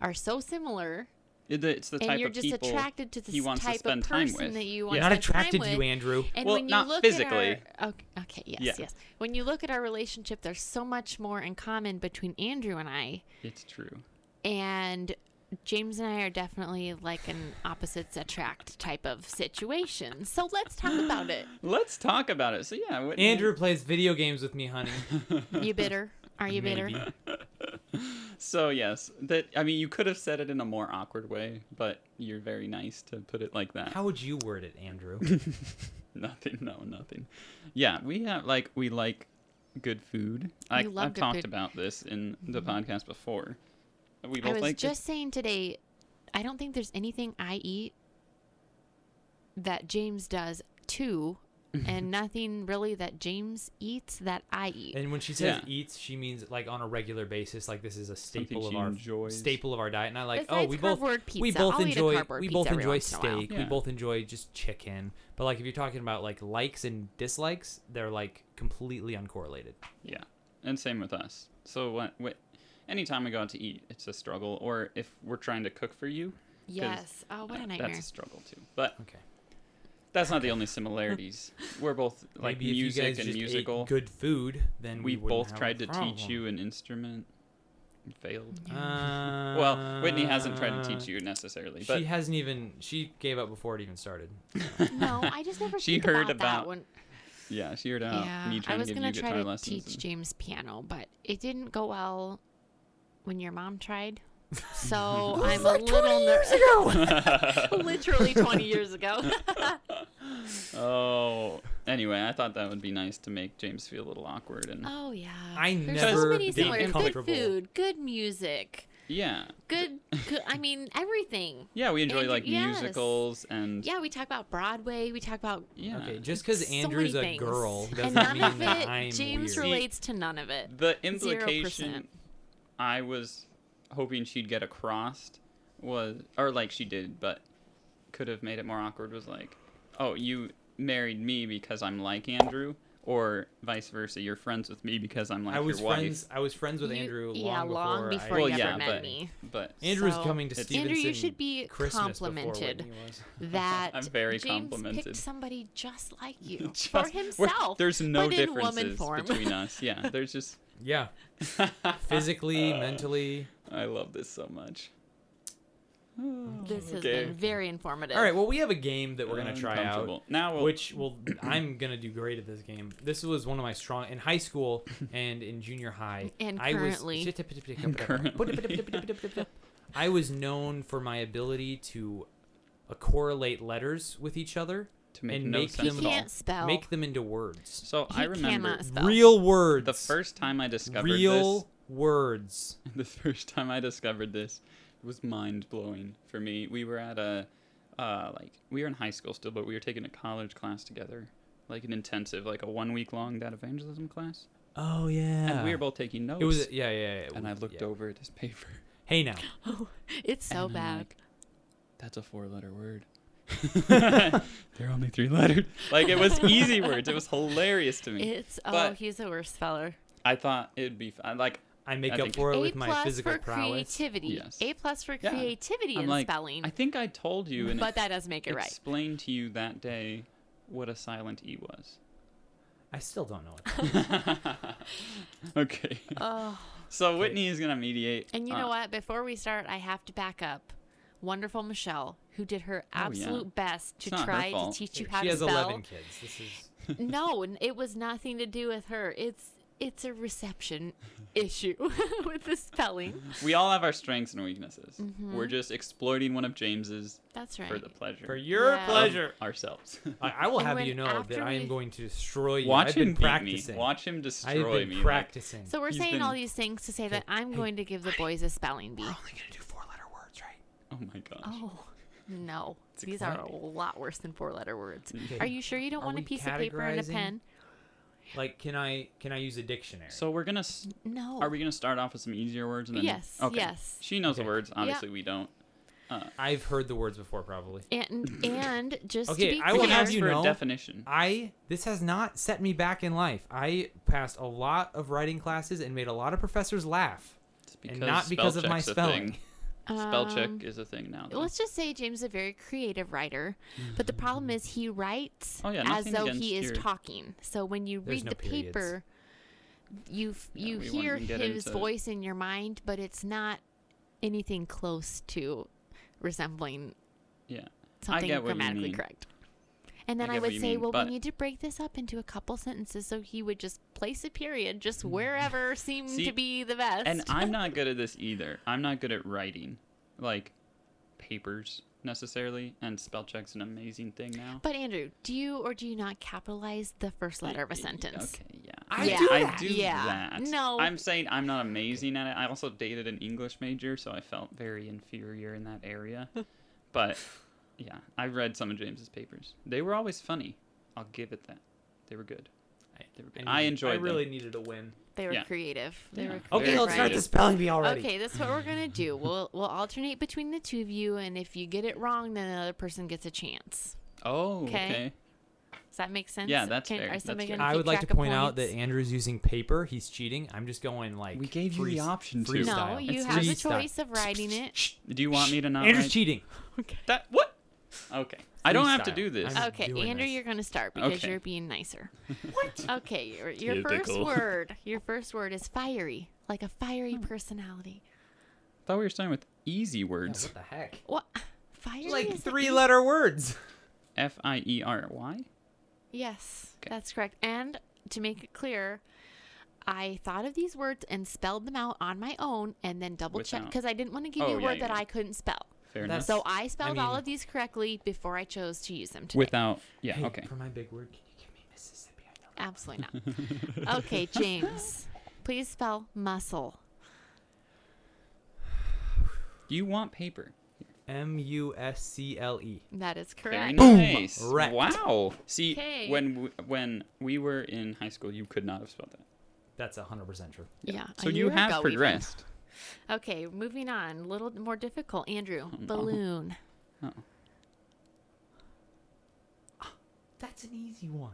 are so similar,
It- It's the
and
type
you're
of
just
people
attracted to
he
this
wants to
type of
spend time
person
with.
that you
Yeah.
want
Not
to spend
attracted
time
to you,
with.
Andrew.
And
Well,
when you
not
look
physically.
At our, okay, okay, yes,
Yeah.
yes. When you look at our relationship, there's so much more in common between Andrew and I,
It's true.
and James and I are definitely like an opposites attract type of situation. So let's talk about it.
Let's talk about it. So yeah, what,
Andrew plays video games with me, honey.
You bitter? Are you bitter?
Maybe.
So yes, that I mean, you could have said it in a more awkward way, but you're very nice to put it like that.
How would you word it, Andrew?
Nothing. No, nothing. Yeah, we have like we like good food. I,
We love
I've
good
talked
food. Mm-hmm.
about this in the podcast before. We both
I was
like good
just saying today, I don't think there's anything I eat that James does too, and nothing really that James eats that I eat.
and when she says
Yeah.
eats, she means like on a regular basis, like this is a staple of
she
our
enjoys.
staple of our diet. And I like, oh,
Besides
we both
cardboard
we
pizza.
both
I'll eat a
enjoy
cardboard
we
pizza
both
every
enjoy
once in a while.
steak. We
Yeah.
both enjoy just chicken. But like if you're talking about like likes and dislikes, they're like completely uncorrelated.
Yeah, and same with us. So what? what anytime we go out to eat, it's a struggle. Or if we're trying to cook for you,
yes. Oh, what a
uh,
nightmare.
that's a struggle too. But
Okay.
that's not the only similarities. we're both like
Maybe if you
music
guys
and
just
musical.
ate good food, then
we
we, wouldn't
both
have a
tried to teach
problem.
you an instrument and failed.
Uh,
well, Whitney hasn't tried to teach you necessarily, but
She hasn't even. She gave up before it even started.
no, I just never
She
think
heard
about,
about
that one.
yeah, she heard out
Yeah,
me
I
trying
was
to give
gonna
you
try
guitar
to
lessons.
teach James piano, but it didn't go well when your mom tried. So I'm a little years ago. Literally 20 years ago.
and- oh, anyway, I thought that would be nice to make James feel a little awkward and
oh yeah.
I
There's
never
so many
get
similarities. Good
comfortable.
food, good music,
yeah,
good, good I mean everything.
yeah. We enjoy
Andrew-
like
yes.
musicals and
Yeah, we talk about Broadway, we talk about
yeah.
Okay, just because
so
Andrew's
many
a
things.
girl doesn't
and none
mean
of
that
it
I'm
James
weird.
relates to none of it.
the
Zero
implication
percent.
I was hoping she'd get across was, or like she did, but could have made it more awkward was like, oh, you married me because I'm like Andrew, or vice versa, you're friends with me because I'm like
I was
your wife.
friends. I was friends with
You-
Andrew long
yeah, long
before.
before
I,
well,
you ever
yeah,
met
but
me.
but
Andrew's
So-
coming to
It's-
Stevenson.
Andrew, you should be
Christmas before
complimented.
Whitney was.
that
I'm very
James
complimented.
picked somebody just like you for
Just- we're-
himself.
There's no
but in woman
differences
form.
between us. Yeah, there's just.
Yeah, physically, mentally.
I love this so much.
This has
Okay.
been very informative.
All right. Well, we have a game that we're gonna
I'm
try out.
comfortable. now. We'll,
which will I'm gonna do great at this game. This was one of my strong in high school and in junior high.
And
I was
currently.
And currently.
I was known for my ability to uh, correlate letters with each other
to make
and
no
make
he
sense
them-
at all.
can't spell.
make them into words.
So
he
I remember
cannot spell.
Real words.
the first time I discovered
real words.
this. The first time I discovered this was mind blowing for me. We were at a, uh, like we were in high school still, but we were taking a college class together, like an intensive, like a one week long that evangelism class,
Oh yeah.
and we were both taking notes.
It was yeah yeah. yeah
and I looked
yeah.
over at this paper.
Hey now.
It's so
And I'm
bad.
like, That's a four letter word. They're only three lettered. Like it was easy words. It was hilarious to me.
it's oh,
but-
he's the worst speller.
I thought it'd be f- like
I make
I
up
think-
for it
A
with my
plus
physical
for
prowess.
creativity.
Yes.
A plus for
Yeah.
creativity
I'm
in
like,
spelling.
I think I told you, and it
but that does make it right.
explain to you that day what a silent e was.
I still don't know what
okay.
Oh.
So Whitney is gonna mediate.
And you
uh,
know what? Before we start, I have to back up. Wonderful Michelle, who did her
Oh, yeah.
absolute best to
It's not her
try to
fault.
teach you
she
how to
has
spell.
eleven kids. This is
no, n- it was nothing to do with her. It's it's a reception issue with the spelling.
We all have our strengths and weaknesses. We're just exploiting one of James's
That's Mm-hmm. right.
for the pleasure
For your
Yeah.
pleasure.
of ourselves.
I, I will
And
have
when-
you know that
after
I am
we-
going to destroy you.
Watch
I've
him
been
beat
practicing.
me. Watch him
I have
destroy
been
me. like-
practicing.
so we're
He's
saying all
been-
these things to say that I'm going to give the boys a spelling bee.
only gonna do four letter words, right?
oh my gosh.
Oh no, these are a lot worse than four-letter words.
Okay.
Are you sure you don't
Are
want a
we
piece of paper and a
categorizing?
pen?
Like, can I can I use a dictionary?
So we're gonna. s
No.
Are we gonna start off with some easier words? And then,
Yes, yes.
She knows
Okay.
the words. Obviously, we don't.
I've heard the words before, probably.
and and just
Okay,
to be
I
clear,
will have
Ask
you
for
know-
a definition.
I this has not set me back in life. I passed a lot of writing classes and made a lot of professors laugh,
It's because
and not because
spell
of my
check's a
spelling.
Thing. Spell check
Um,
is a thing now. though.
Let's just say James is a very creative writer, but the problem is he writes
Mm. Oh, yeah,
as
nothing
though
against
he is
your-
talking. So when you
There's
read
no
the
periods.
paper, you f-
Yeah,
you
we won't
hear
even get
his
into-
voice in your mind, but it's not anything close to resembling
yeah.
something
get what you
grammatically
mean.
correct. And then
I
I,
get what
would
you
say,
mean,
well,
but-
we need to break this up into a couple sentences. So he would just place a period just wherever seemed
Mm. See,
to be the best.
And I'm not good at this either. I'm not good at writing, like papers necessarily. And spell check's an amazing thing now.
But Andrew, do you or do you not capitalize the first letter of a
Y- y-
sentence?
Okay, yeah.
I
Yeah.
do
I
that.
do
Yeah.
that.
No.
I'm saying I'm not amazing at it. I also dated an English major, so I felt very inferior in that area. but yeah, I've read some of James's papers. They were always funny. I'll give it that. They were good. They were good. I,
need-
enjoyed
I really
them.
needed a win.
They were
Yeah.
creative. They were
Yeah.
creative.
Okay,
Okay,
Very
let's start
creative.
the spelling bee already.
Okay, that's what we're gonna do. We'll we'll alternate between the two of you, and if you get it wrong, then the other person gets a chance.
Oh, okay.
Okay. Does that make sense?
Yeah, that's
Can,
fair,
Are
that's
somebody
fair.
gonna
I
keep
would like to
track of
point out that
points?
Andrew's using paper. He's cheating. I'm just going like
We gave you the option to. No,
freestyle.
no, you
It's
have a
freestyle.
choice of writing it.
Do you want me to not
Andrew's
write
cheating.
that? What? Okay. I don't have to
Freestyle.
do this.
I'm-
Okay,
doing
Andrew,
this.
you're gonna start because
Okay.
you're being nicer. what? Okay, your, your first
Typical.
word. Your first word is fiery, like a
Hmm.
fiery personality.
thought we were starting with easy
What
words.
the heck?
What? Fiery
Like
is an
three
E?
letter words.
F I E R Y.
Yes,
Okay.
that's correct. And to make it clear, I thought of these words and spelled them out on my own and then double checked
Without-
because I didn't want to give
Oh,
you a
yeah,
word
yeah,
that
yeah.
I couldn't spell.
Fair
That's-
So
enough.
I spelled all
mean-
of these correctly before I chose to use them today.
Without, yeah,
Hey,
okay.
For my big word, can you give me Mississippi? I know.
Absolutely not. okay, James, please spell muscle.
Do you want paper?
M U S C L E.
That is
Very
correct.
nice.
Wrecked.
Wow. See,
Okay.
when w- when we were in high school, you could not have spelled that.
That's 100% true.
Yeah. a
So you
year ago
have
even.
progressed.
Okay, moving on. A little more difficult. Andrew,
no.
balloon.
Oh.
That's an easy one.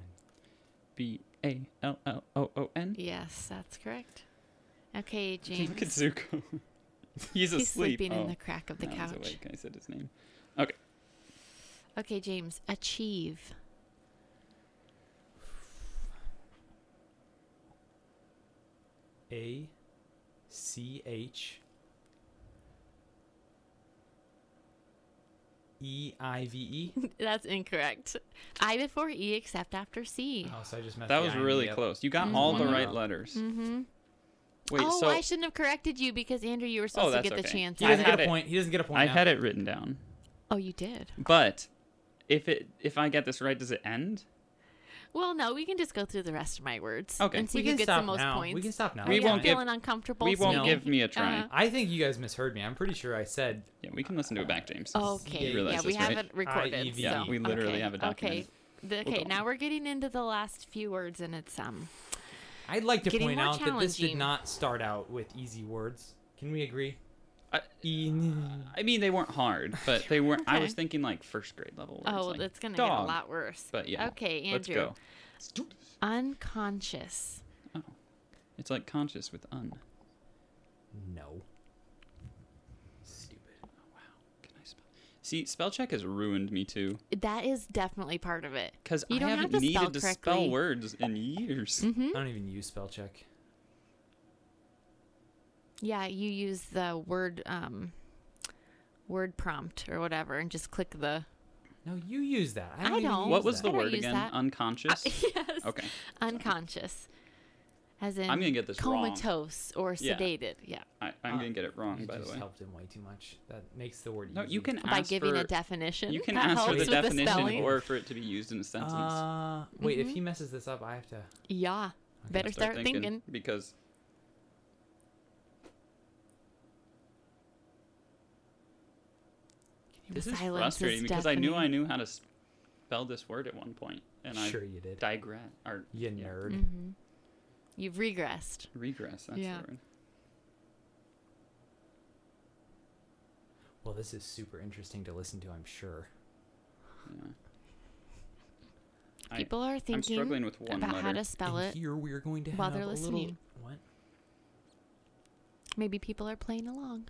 B A L L O O N.
Yes, that's correct. Okay, James.
Look at Zuko. He's
He's
asleep.
sleeping
Oh,
in the crack of the
no,
couch.
He's awake. I said his name. Okay.
Okay, James, achieve.
A C H E I V E.
That's incorrect. I before E except after C.
Oh, so I just messed
That
the
was
I and
really
the up.
close. You got all the
Mhm.
right letters.
Mm-hmm.
Wait,
oh,
so Oh,
I shouldn't have corrected you because Andrew, you were supposed to
that's
get the
okay.
chance.
He
I
at it.
doesn't
had
get a
it.
point. He doesn't get a point.
I
now.
had it written down.
Oh, you did.
But if it if I get this right, does it end?
Well, no, we can just go through the rest of my words
Okay.
and see
We
who
can
gets
stop
the most
now.
points.
We can stop now.
Are
We
you
That's
won't
fine.
give-
feeling uncomfortable.
We won't
No.
give me a try.
Uh-huh.
I think you guys misheard me. I'm pretty sure I said
Yeah, we can listen to it back, James.
Okay.
You realize
yeah, we
this, right?
haven't recorded.
IEV.
Yeah,
so-
we literally
okay,
have a document.
Okay. The-
We'll
okay,
go.
now we're getting into the last few words, and it's um.
I'd like to
Getting
point
more
out that this did
challenging.
not start out with easy words. Can we agree?
Uh, I-
E-
I mean, they weren't hard, but they were. I
Okay.
was thinking like first grade level. Words,
Oh,
like
it's gonna
dog,
get a lot worse.
But yeah.
Okay,
Let's
Andrew.
go. Let's do this.
Unconscious.
Oh, it's like conscious with un.
no. Stupid.
Can I spell? See, spell check has ruined me too,
That is definitely part of it.
because I
You don't have to
haven't needed
spell
to
correctly. Mm-hmm.
spell words in years.
Hmm?
I don't even use spell check.
Yeah, you use the word um, word prompt or whatever, and just click the
No, you use that. I
I
don't. even
don't.
What
use
was
that.
the
I don't
word
use
again?
that.
Unconscious.
yes
Okay.
unconscious. As in
I'm gonna get this wrong.
comatose or
Yeah.
sedated. Yeah.
I, I'm
Uh,
gonna get it wrong,
You
by the
just
way.
helped him way too much. That makes the word
No,
easy.
you can
By
ask
giving
for,
a definition.
You can
that
ask for
helps
the
with
definition
spelling.
or for it to be used in a sentence.
Uh, wait, if
Mhm.
he messes this up, I have to.
yeah.
I
Better start, thinking.
because this is
silence is
frustrating because I knew I
deafening.
knew how to spell this word at one point, and
sure
I
you did.
digress or
You
yeah,
nerd.
Mm-hmm. You've regressed.
regress. That's
Yeah.
the word.
Well, this is super interesting to listen to, I'm sure.
Yeah. I-
People are
I'm
thinking
struggling with one
about
letter.
how to spell
and
it.
here we're going to
while
have
they're
a little.
listening.
What?
Maybe people are playing along.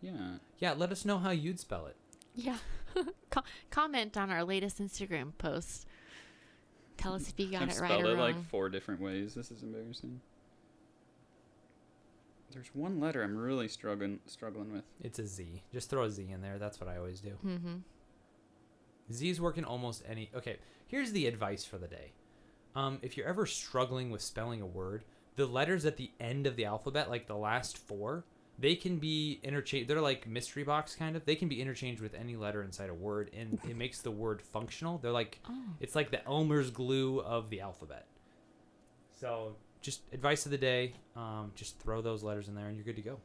Yeah.
Yeah, let us know how you'd spell it.
Yeah. Co- comment on our latest Instagram post. Tell us if you got
I've
it
spelled
right or
it
wrong.
like four different ways. This is embarrassing. There's one letter I'm really struggling struggling with.
It's a Z. Just throw a Z in there. That's what I always do.
mm-hmm.
Z's work in almost any. Okay, here's the advice for the day. Um, if you're ever struggling with spelling a word, the letters at the end of the alphabet, like the last four, they can be interchanged. They're like mystery box kind of. They can be interchanged with any letter inside a word, and it makes the word functional. They're like
Oh.
it's like the Elmer's glue of the alphabet. So, just advice of the day: um, just throw those letters in there, and you're good to go.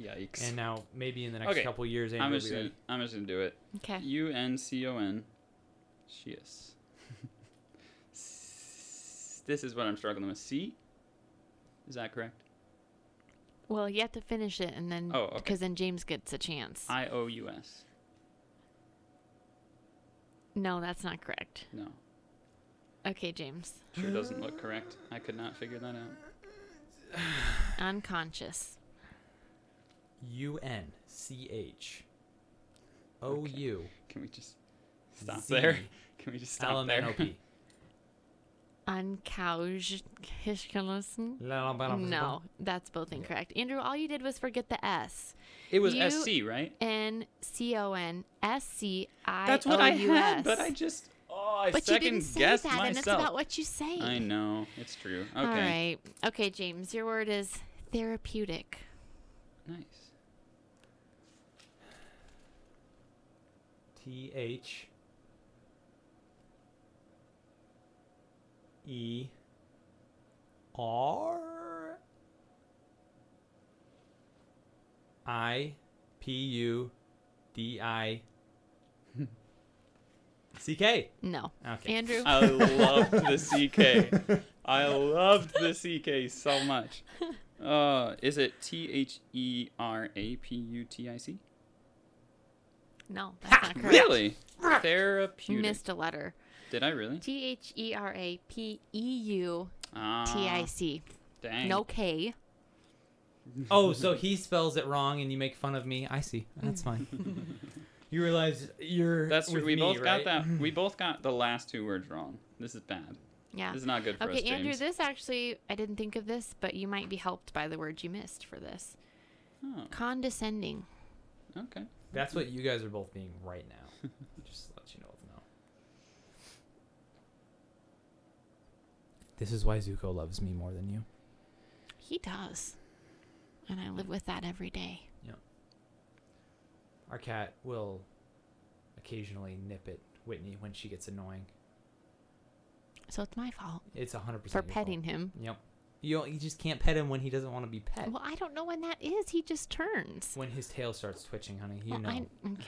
Yikes.
And now, maybe in the next
Okay,
couple years, Andrew
I'm
will
just
be
gonna,
ready.
I'm just gonna do it.
Okay.
U N C O N. Shius. S- this is what I'm struggling with. C. Is that correct?
Well, you have to finish it, and then
Oh, okay.
because then James gets a chance.
I O U S.
no, that's not correct.
No.
Okay, James.
Sure doesn't look correct. I could not figure that out.
Unconscious.
U N C H O
Okay.
U
Can we just stop
Z.
there? Can we just
L
stop
M
there?
N O P.
Uncouch. Hishkinlison.
No.
No, that's both incorrect. Andrew, all you did was forget the S.
It was
You-
S C, right?
N C O N S C I O U S.
That's what I had, but I just oh, I
But you
second
didn't say
guessed
that,
myself.
and it's about what you say.
I know it's true.
All
Okay,
right. Okay, James, your word is therapeutic.
nice.
T H E R I P U D I C K.
No.
Okay.
Andrew,
I loved the CK. I loved the CK so much. Uh, is it T H E R A P U T I C?
no, that's not correct.
Really?
You
Therapeutic.
missed a letter.
Did I really?
T H E R A P E U
Ah,
T I C.
Dang.
No K.
Oh, so he spells it wrong and you make fun of me. I see. That's fine. you realize you're
That's true.
with
We
me,
both
right?
got that. We both got the last two words wrong. This is bad.
Yeah.
This is not good for
Okay,
us, James.
Andrew, this actually, I didn't think of this, but you might be helped by the word you missed for this.
Oh,
Condescending.
okay.
That's what you guys are both being right now. Just to let you know now. This is why Zuko loves me more than you.
He does. And I live with that every day.
Our cat will occasionally nip at Whitney when she gets annoying.
So it's my fault
It's 100%
for
your
petting him.
Fault. Yep. You, don't- you just can't pet him when he doesn't want to be pet.
Well, I don't know when that is. He just turns.
When his tail starts twitching, honey, you
Well,
know.
I, okay.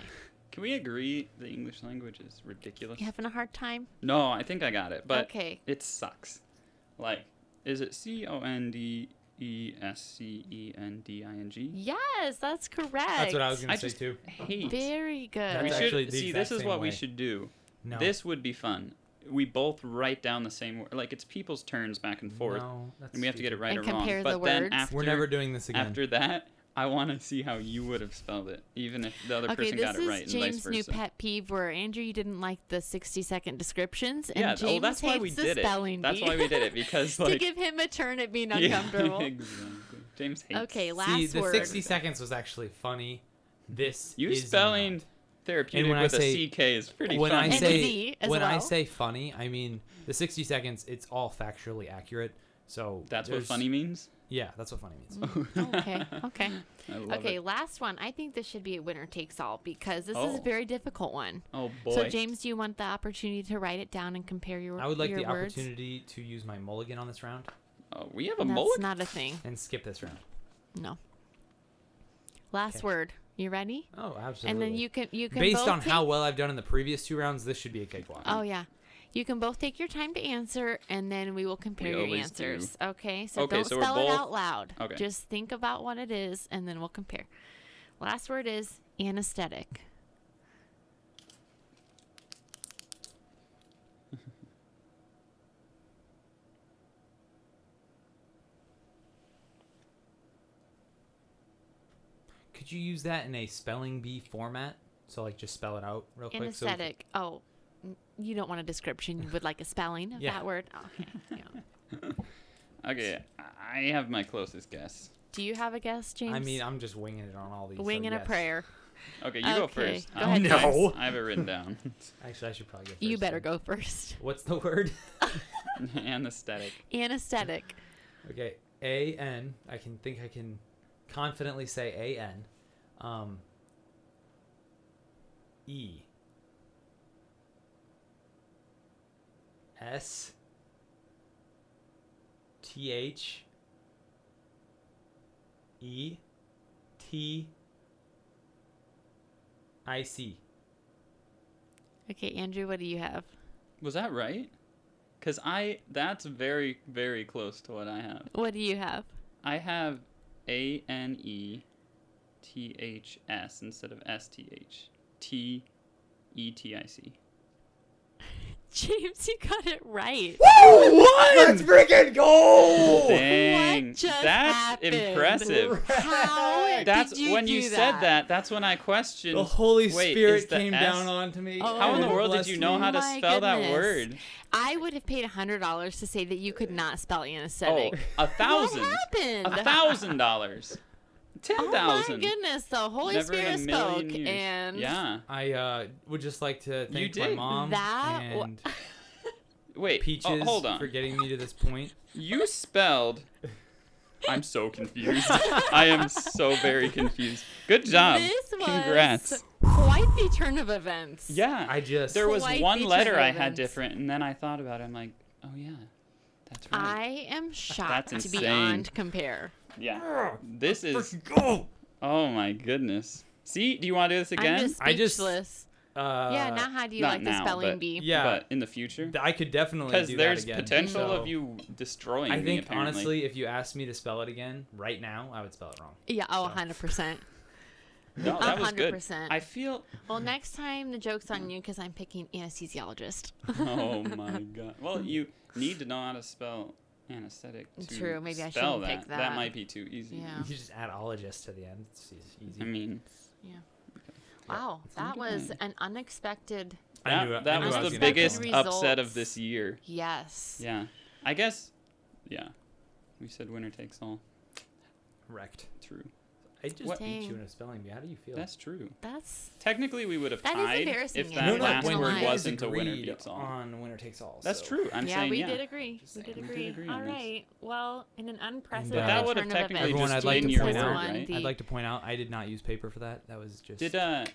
Can we agree the English language is ridiculous?
You having a hard time?
No, I think I got it, but
okay.
it sucks. Like, is it C O N D E S C E N D I N G?
Yes, that's correct.
That's what I was
I
going to say
just
too.
hate.
Very good.
we
That's
should
actually the
see.
exact
This is
same
what we
way.
should do.
No.
This would be fun. We both write down the same word. Like it's people's turns back and forth,
No, that's
and we have to get it
stupid.
right
And
or wrong.
compare the
but then
words.
after
We're never doing this again.
after that, I want to see how you would have spelled it, even if the other
Okay,
person
this
got it
is
right, and vice
James'
versa.
new pet peeve where Andrew, you didn't like the 60 second descriptions, and
yeah,
James
oh, that's
hates
why we
the
did
spelling
it. That's
bee.
why we did it because
to
like
give him a turn at being
Yeah,
uncomfortable.
exactly. James hates.
Okay,
it.
last
See, the
word.
60 seconds was actually funny. This
You
is
spelling
not.
Therapeutic
when I
with a
say-
CK is pretty
when I
funny.
And
say
Z as
when I
well.
say funny, I mean the 60 seconds. It's all factually accurate. So
That's what
there's-
funny means?
Yeah, that's what funny
Mm-hmm.
means.
Oh, okay. Okay.
I love
Okay.
it.
Last one. I think this should be a winner takes all because this is
Oh.
a very difficult one.
Oh, boy.
So James, do you want the opportunity to write it down and compare your?
I would like
your
the
words?
opportunity to use my mulligan on this round
Oh, we have a
That's
mulligan.
not a thing.
and skip this round.
No. Last
Okay.
word. You ready?
Oh, absolutely.
And then you can you can
based
both
on
take-
how well I've done in the previous two rounds, this should be a cakewalk.
Oh yeah. You can both take your time to answer, and then we will compare your
always do.
answers. Okay. So
Okay,
don't
so we're
spell it
both-
out loud.
Okay.
Just think about what it is, and then we'll compare. Last word is anesthetic.
Could you use that in a spelling bee format? So like just spell it out real quick. so we can-
Anesthetic. Oh, n- you don't want a description. You would like a spelling of
Yeah.
that word. Okay. yeah.
Okay, I have my closest guess.
Do you have a guess, James?
I mean, I'm just winging it on all these. so
wing and a
yes.
prayer.
Okay, you go
Okay,
first.
go
I-
ahead,
I-
James.
I have it written down.
Actually, I should probably go. First
You better
then.
go first.
What's the word?
Anesthetic.
Anesthetic.
okay, A N. I can think I can confidently say A N. Um, e. S. T H. E. T. I C.
Okay, Andrew, what do you have?
Was that right? Because I, that's very, very close to what I have.
What do you have?
I have A N E T H S instead of S T H T E T I C.
James, you got it right.
What?
freaking go!
Dang.
What just
that's
happened?
impressive.
How
That's
did you
when
do
you said that. That's when I questioned.
The Holy
Wait, is
Spirit
the
came
S-
down onto me.
Oh,
How in the
Oh,
world did you know how to
my
spell that
goodness.
word?
I would have paid hundred dollars to say that you could not spell
Oh,
anesthetic.
a thousand.
What happened?
Oh, A thousand dollars.
Oh
Ten
my
thousand.
goodness! The Holy
Never in a
Spirit
million
spoke,
years.
and
yeah.
I uh, would just like to
You
thank my
did.
mom
That wa- Oh,
and
Wait.
Peaches
Oh, hold on.
for getting me to this point.
You spelled. I'm so confused. I am so very confused. Good job.
this was
Congrats.
quite the turn of events.
Yeah.
I just
there was
Quite
one
the
letter I had
tournament.
different, and then I thought about it. I'm like, oh yeah, that's
I
right.
am shocked
That's
to
insane.
beyond compare.
Yeah. This is.
go.
Oh my goodness. See, do you want to do this again?
I'm just
I just-
speechless.
Uh,
yeah, now how do you
not
like the
now,
spelling
but-
bee?
Yeah,
But in the future,
th- I could definitely
because
do
there's
that again.
potential
so
of you destroying
I
me,
think
apparently.
honestly, if you asked me to spell it again right now, I would spell it wrong.
Yeah, oh,
So.
100%.
No, Oh, that was good.
100%.
I feel.
Well, next time the joke's on you because I'm picking anesthesiologist.
Oh my god. Well, you need to know how to spell anesthetic. To
True, maybe I
spell
shouldn't pick
that.
that.
might be too easy.
Yeah.
You could just add ologist to the end. It's eas- easy.
I mean,
Wow, that was an unexpected
I
that,
knew it- I
that
knew I
was
was
the
gonna get
biggest
that.
upset of
Results.
this year.
yes.
Yeah. I guess. Yeah. We said winner takes all.
wrecked.
True.
I just
What-
beat you
Dang.
in a spelling bee. How do you feel?
That's true.
That's
Technically, we would have
That is
tied
embarrassing,
if
yeah.
that
No, no,
last
when
word
we
wasn't a winner
agreed
takes all.
on winner takes all.
That's
so-
true. I'm
yeah,
saying
we
yeah.
did agree.
Just
We did
saying.
We did
agree.
agree
All
on this.
right. Well, in an unprecedented
that
turn
would've
of
technically
events,
Everyone,
just
I'd like
in
to
your
point
this
out.
one,
right?
the-
I'd like to point out I did not use paper for that. That was just
Did uh,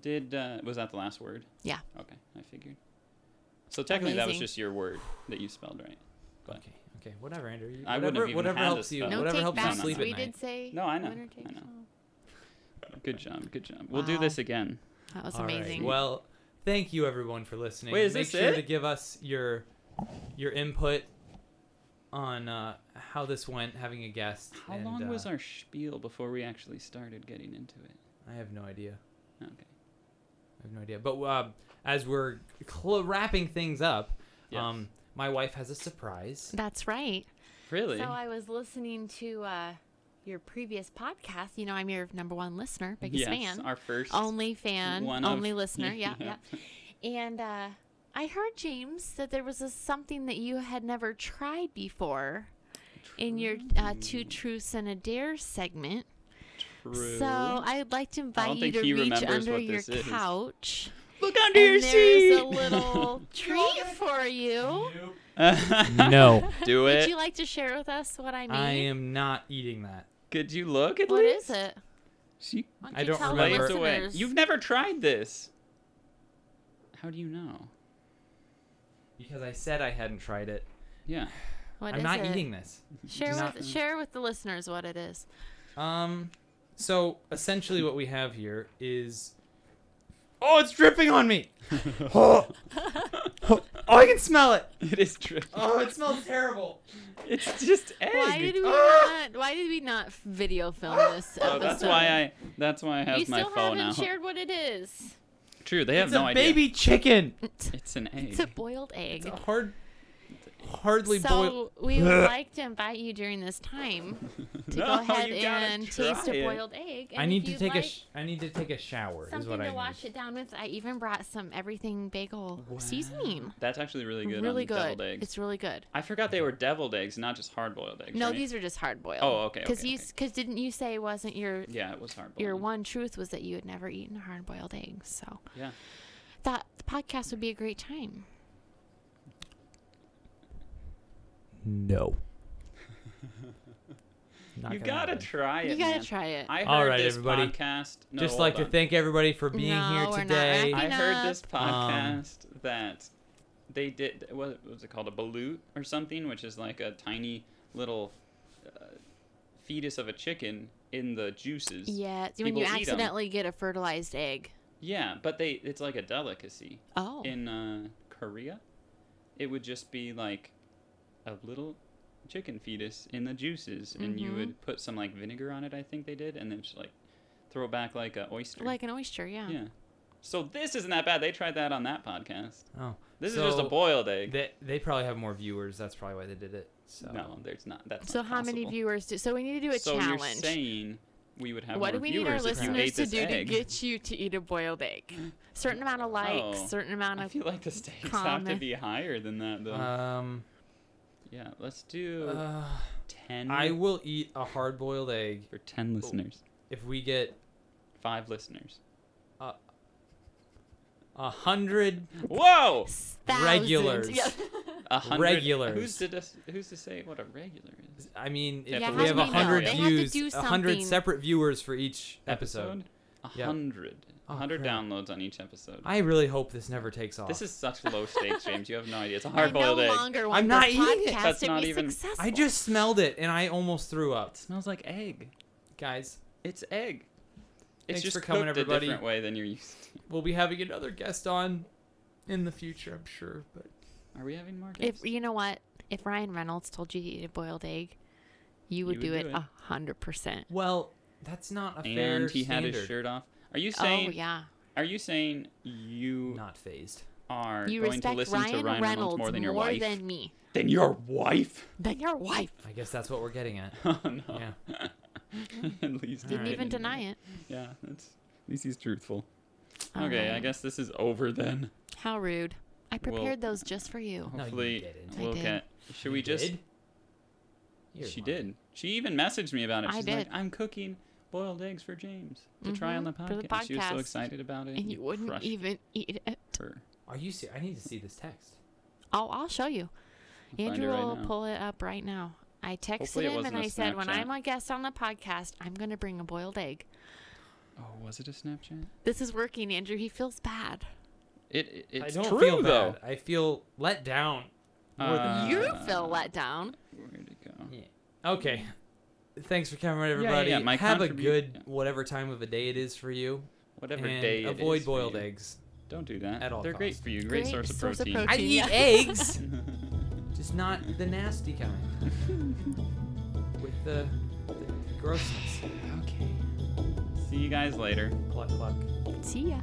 did uh, was that the last word?
Yeah.
Okay, I figured. So technically, that was
Amazing.
just your word that you spelled right. but-
okay. Okay, whatever, Andrew. You,
I wouldn't
whatever,
have even
whatever
had
helps
this
you.
thought.
no
whatever
take
helps
backs.
you
No,
sleep
no,
we
at
did
night.
say
No, I know,
winner takes
I know.
all.
Good job, good job. We'll do
Wow.
this again.
That was
All right,
amazing.
Well, thank you everyone for listening.
Wait, is
Make
this
sure
it?
to give us your your input on uh, how this went, having a guest.
How
and,
long
uh,
was our spiel before we actually started getting into it?
I have no idea.
Okay.
I have no idea. But uh, as we're cl- wrapping things up,
Yes.
um, my wife has a surprise.
That's right.
Really?
So uh, I was listening to uh, your previous podcast. You know, I'm your number one listener, biggest
yes,
fan,
our first.
only fan,
one of-
only listener. Yeah,
Yeah.
yeah. And uh, I heard James that there was a, something that you had never tried before in your uh, two truths and a dare segment.
True.
So I'd like to invite
don't
you
think
to
he
reach
remembers
under
what
your
this is.
couch.
Look under your
and there's
seat.
a little treat for you.
No.
Do
Would
it.
you like to share with us what I mean?
I am not eating that.
Could you look at
What
least?
is it?
She
Why
I
you
don't
tell the
remember.
blazed away.
listeners?
You've never tried this. How do you know?
Because I said I hadn't tried it.
Yeah.
What
I'm
is
not
it?
eating this.
Share
Not-
with share with the listeners what it is.
Um, so essentially, what we have here is. Oh, it's dripping on me. oh, oh, I can smell it.
It is true.
Oh, it smells terrible.
It's just egg.
Why did we
Ah!
not? Why did we not video film this?
Oh, that's why I. That's why I have
You
my
still
phone
haven't
out.
shared what it is.
True. They have
it's
no
a
idea.
baby chicken.
It's an egg.
It's a boiled egg.
It's a hard, hardly boiled.
So we would like to invite you during this time to
No,
go ahead
you gotta
and taste
try
a
it.
boiled egg. And
I
if
need to
you'd
take a.
like
Sh- I need to take a shower. Is
something
what I
to
need.
wash it down with. I even brought some everything bagel
Wow.
seasoning.
That's actually really good.
really
on
good.
Deviled eggs.
It's really good.
I forgot they were deviled eggs, not just hard-boiled eggs.
No,
right?
these are just hard boiled.
Oh, okay,
Because
okay,
you
okay.
because didn't you say wasn't your
Yeah, it was hard-boiled.
your one truth was that you had never eaten a hard boiled egg. So
Yeah.
thought the podcast would be a great time.
No. Not
You
gonna
gotta
happen.
try it.
you gotta
man.
try it.
I heard
All right,
this
everybody.
podcast. No,
Just like
hold
to
on.
thank everybody for being
No,
here
we're not
today.
wrapping
I heard this
Um,
podcast that they did what was it called a balut or something, which is like a tiny little uh, fetus of a chicken in the juices.
yeah, it's when
people
you
eat 'em.
accidentally get a fertilized egg.
Yeah, but they it's like a delicacy
Oh,
in uh, Korea. It would just be like a little chicken fetus in the juices, and you
Mhm.
would put some like vinegar on it. I think they did, and then just like throw back like a oyster.
like an oyster. Yeah.
yeah. So this isn't that bad. They tried that on that podcast.
oh,
This is just a
So,
boiled egg.
They, they probably have more viewers. That's probably why they did it. So.
No, there's not. That's
So
not
how many
possible.
viewers do? So we need to do a
so
challenge.
you're saying we would have
what do
more
we need our
viewers if you
listeners
ate
to
this
do
egg?
to get you to eat a boiled egg? Certain amount of likes,
Oh.
certain amount
I
of.
feel like the stakes have to
Comment.
be higher than that, though.
Um.
yeah, let's do
uh,
ten.
I Oh. will eat a hard-boiled egg
for ten listeners,
if we get
five listeners.
a hundred.
Whoa,
s-
Regulars.
thousands. Yeah.
a hundred.
Regulars.
Who's to dis- who's to say what a regular is?
I mean, if
Yeah,
we
how
have
do
a
we know?
hundred
They
have to
views,
do
a hundred
something.
separate viewers for each episode.
A
Yeah.
hundred. A
Oh,
hundred
crap.
downloads on each episode.
I really hope this never takes off.
this is such low stakes, James. You have no idea. It's a
I no
hard-boiled egg.
longer want
I'm not
this
eating it.
podcast
That's
to
not
be
even-
successful.
I just smelled it and I almost threw up.
It smells like egg.
Guys,
It's egg. It's
Thanks
just
for coming,
cooked
everybody.
a different way than you're used to.
we'll be having another guest on in the future, I'm sure. But
Are we having more?
If
guests?
you know what, if Ryan Reynolds told you to eat a boiled egg, you would, do, it a hundred percent.
well, that's not a fair
and he had
standard.
his shirt off. Are you
Oh
saying?
yeah,
Are you saying you
Not phased.
are
you
going to
respect
listen
Ryan,
to Ryan
Reynolds
more than your wife?
than me,
Than your wife?
than your wife.
I guess that's what we're getting at.
oh no.
Yeah.
at least he
Didn't
Alright.
even deny it.
Yeah, that's at least he's truthful. okay, I
Alright.
guess this is over then.
How rude! Um, I
Well-
prepared those just for you.
No, you
Hopefully,
didn't.
I
we'll
did.
get. Should we
You
just?
did? You're
She
lying.
did. She even messaged me about it.
I
She's like,
did.
"I'm cooking boiled eggs for James to try on the
Mhm, for
podcast."
the
She was so
podcast.
excited about it.
And you wouldn't
crushed
even eat it. Uh,
her.
Are you serious? I need to see this text.
I'll, I'll show you.
I'll find it
Andrew
right
will
now.
pull it up right now. I texted
Hopefully it
him
wasn't
and
a
I said, when
Snapchat.
I'm a guest on the podcast, I'm going to bring a boiled egg.
Oh, was it a Snapchat?
This is working, Andrew. He feels bad.
It, it
I
it's
don't
true
feel
though.
bad. I feel let down. More than
you
Uh,
feel let down.
Where'd it go?
Yeah. Okay. Thanks for coming,
yeah,
everybody.
yeah, my
Have
contribu-
a good
yeah.
whatever time of the day it is for you.
Whatever
and
day. it
avoid
is for
boiled
you.
eggs.
Don't do that.
At all
They're great
costs.
for you. Great,
Great
source of
source of
protein.
protein.
I eat
Yeah.
eggs, just not the nasty kind. With the, the grossness.
okay. See you guys later.
Cluck cluck.
See ya.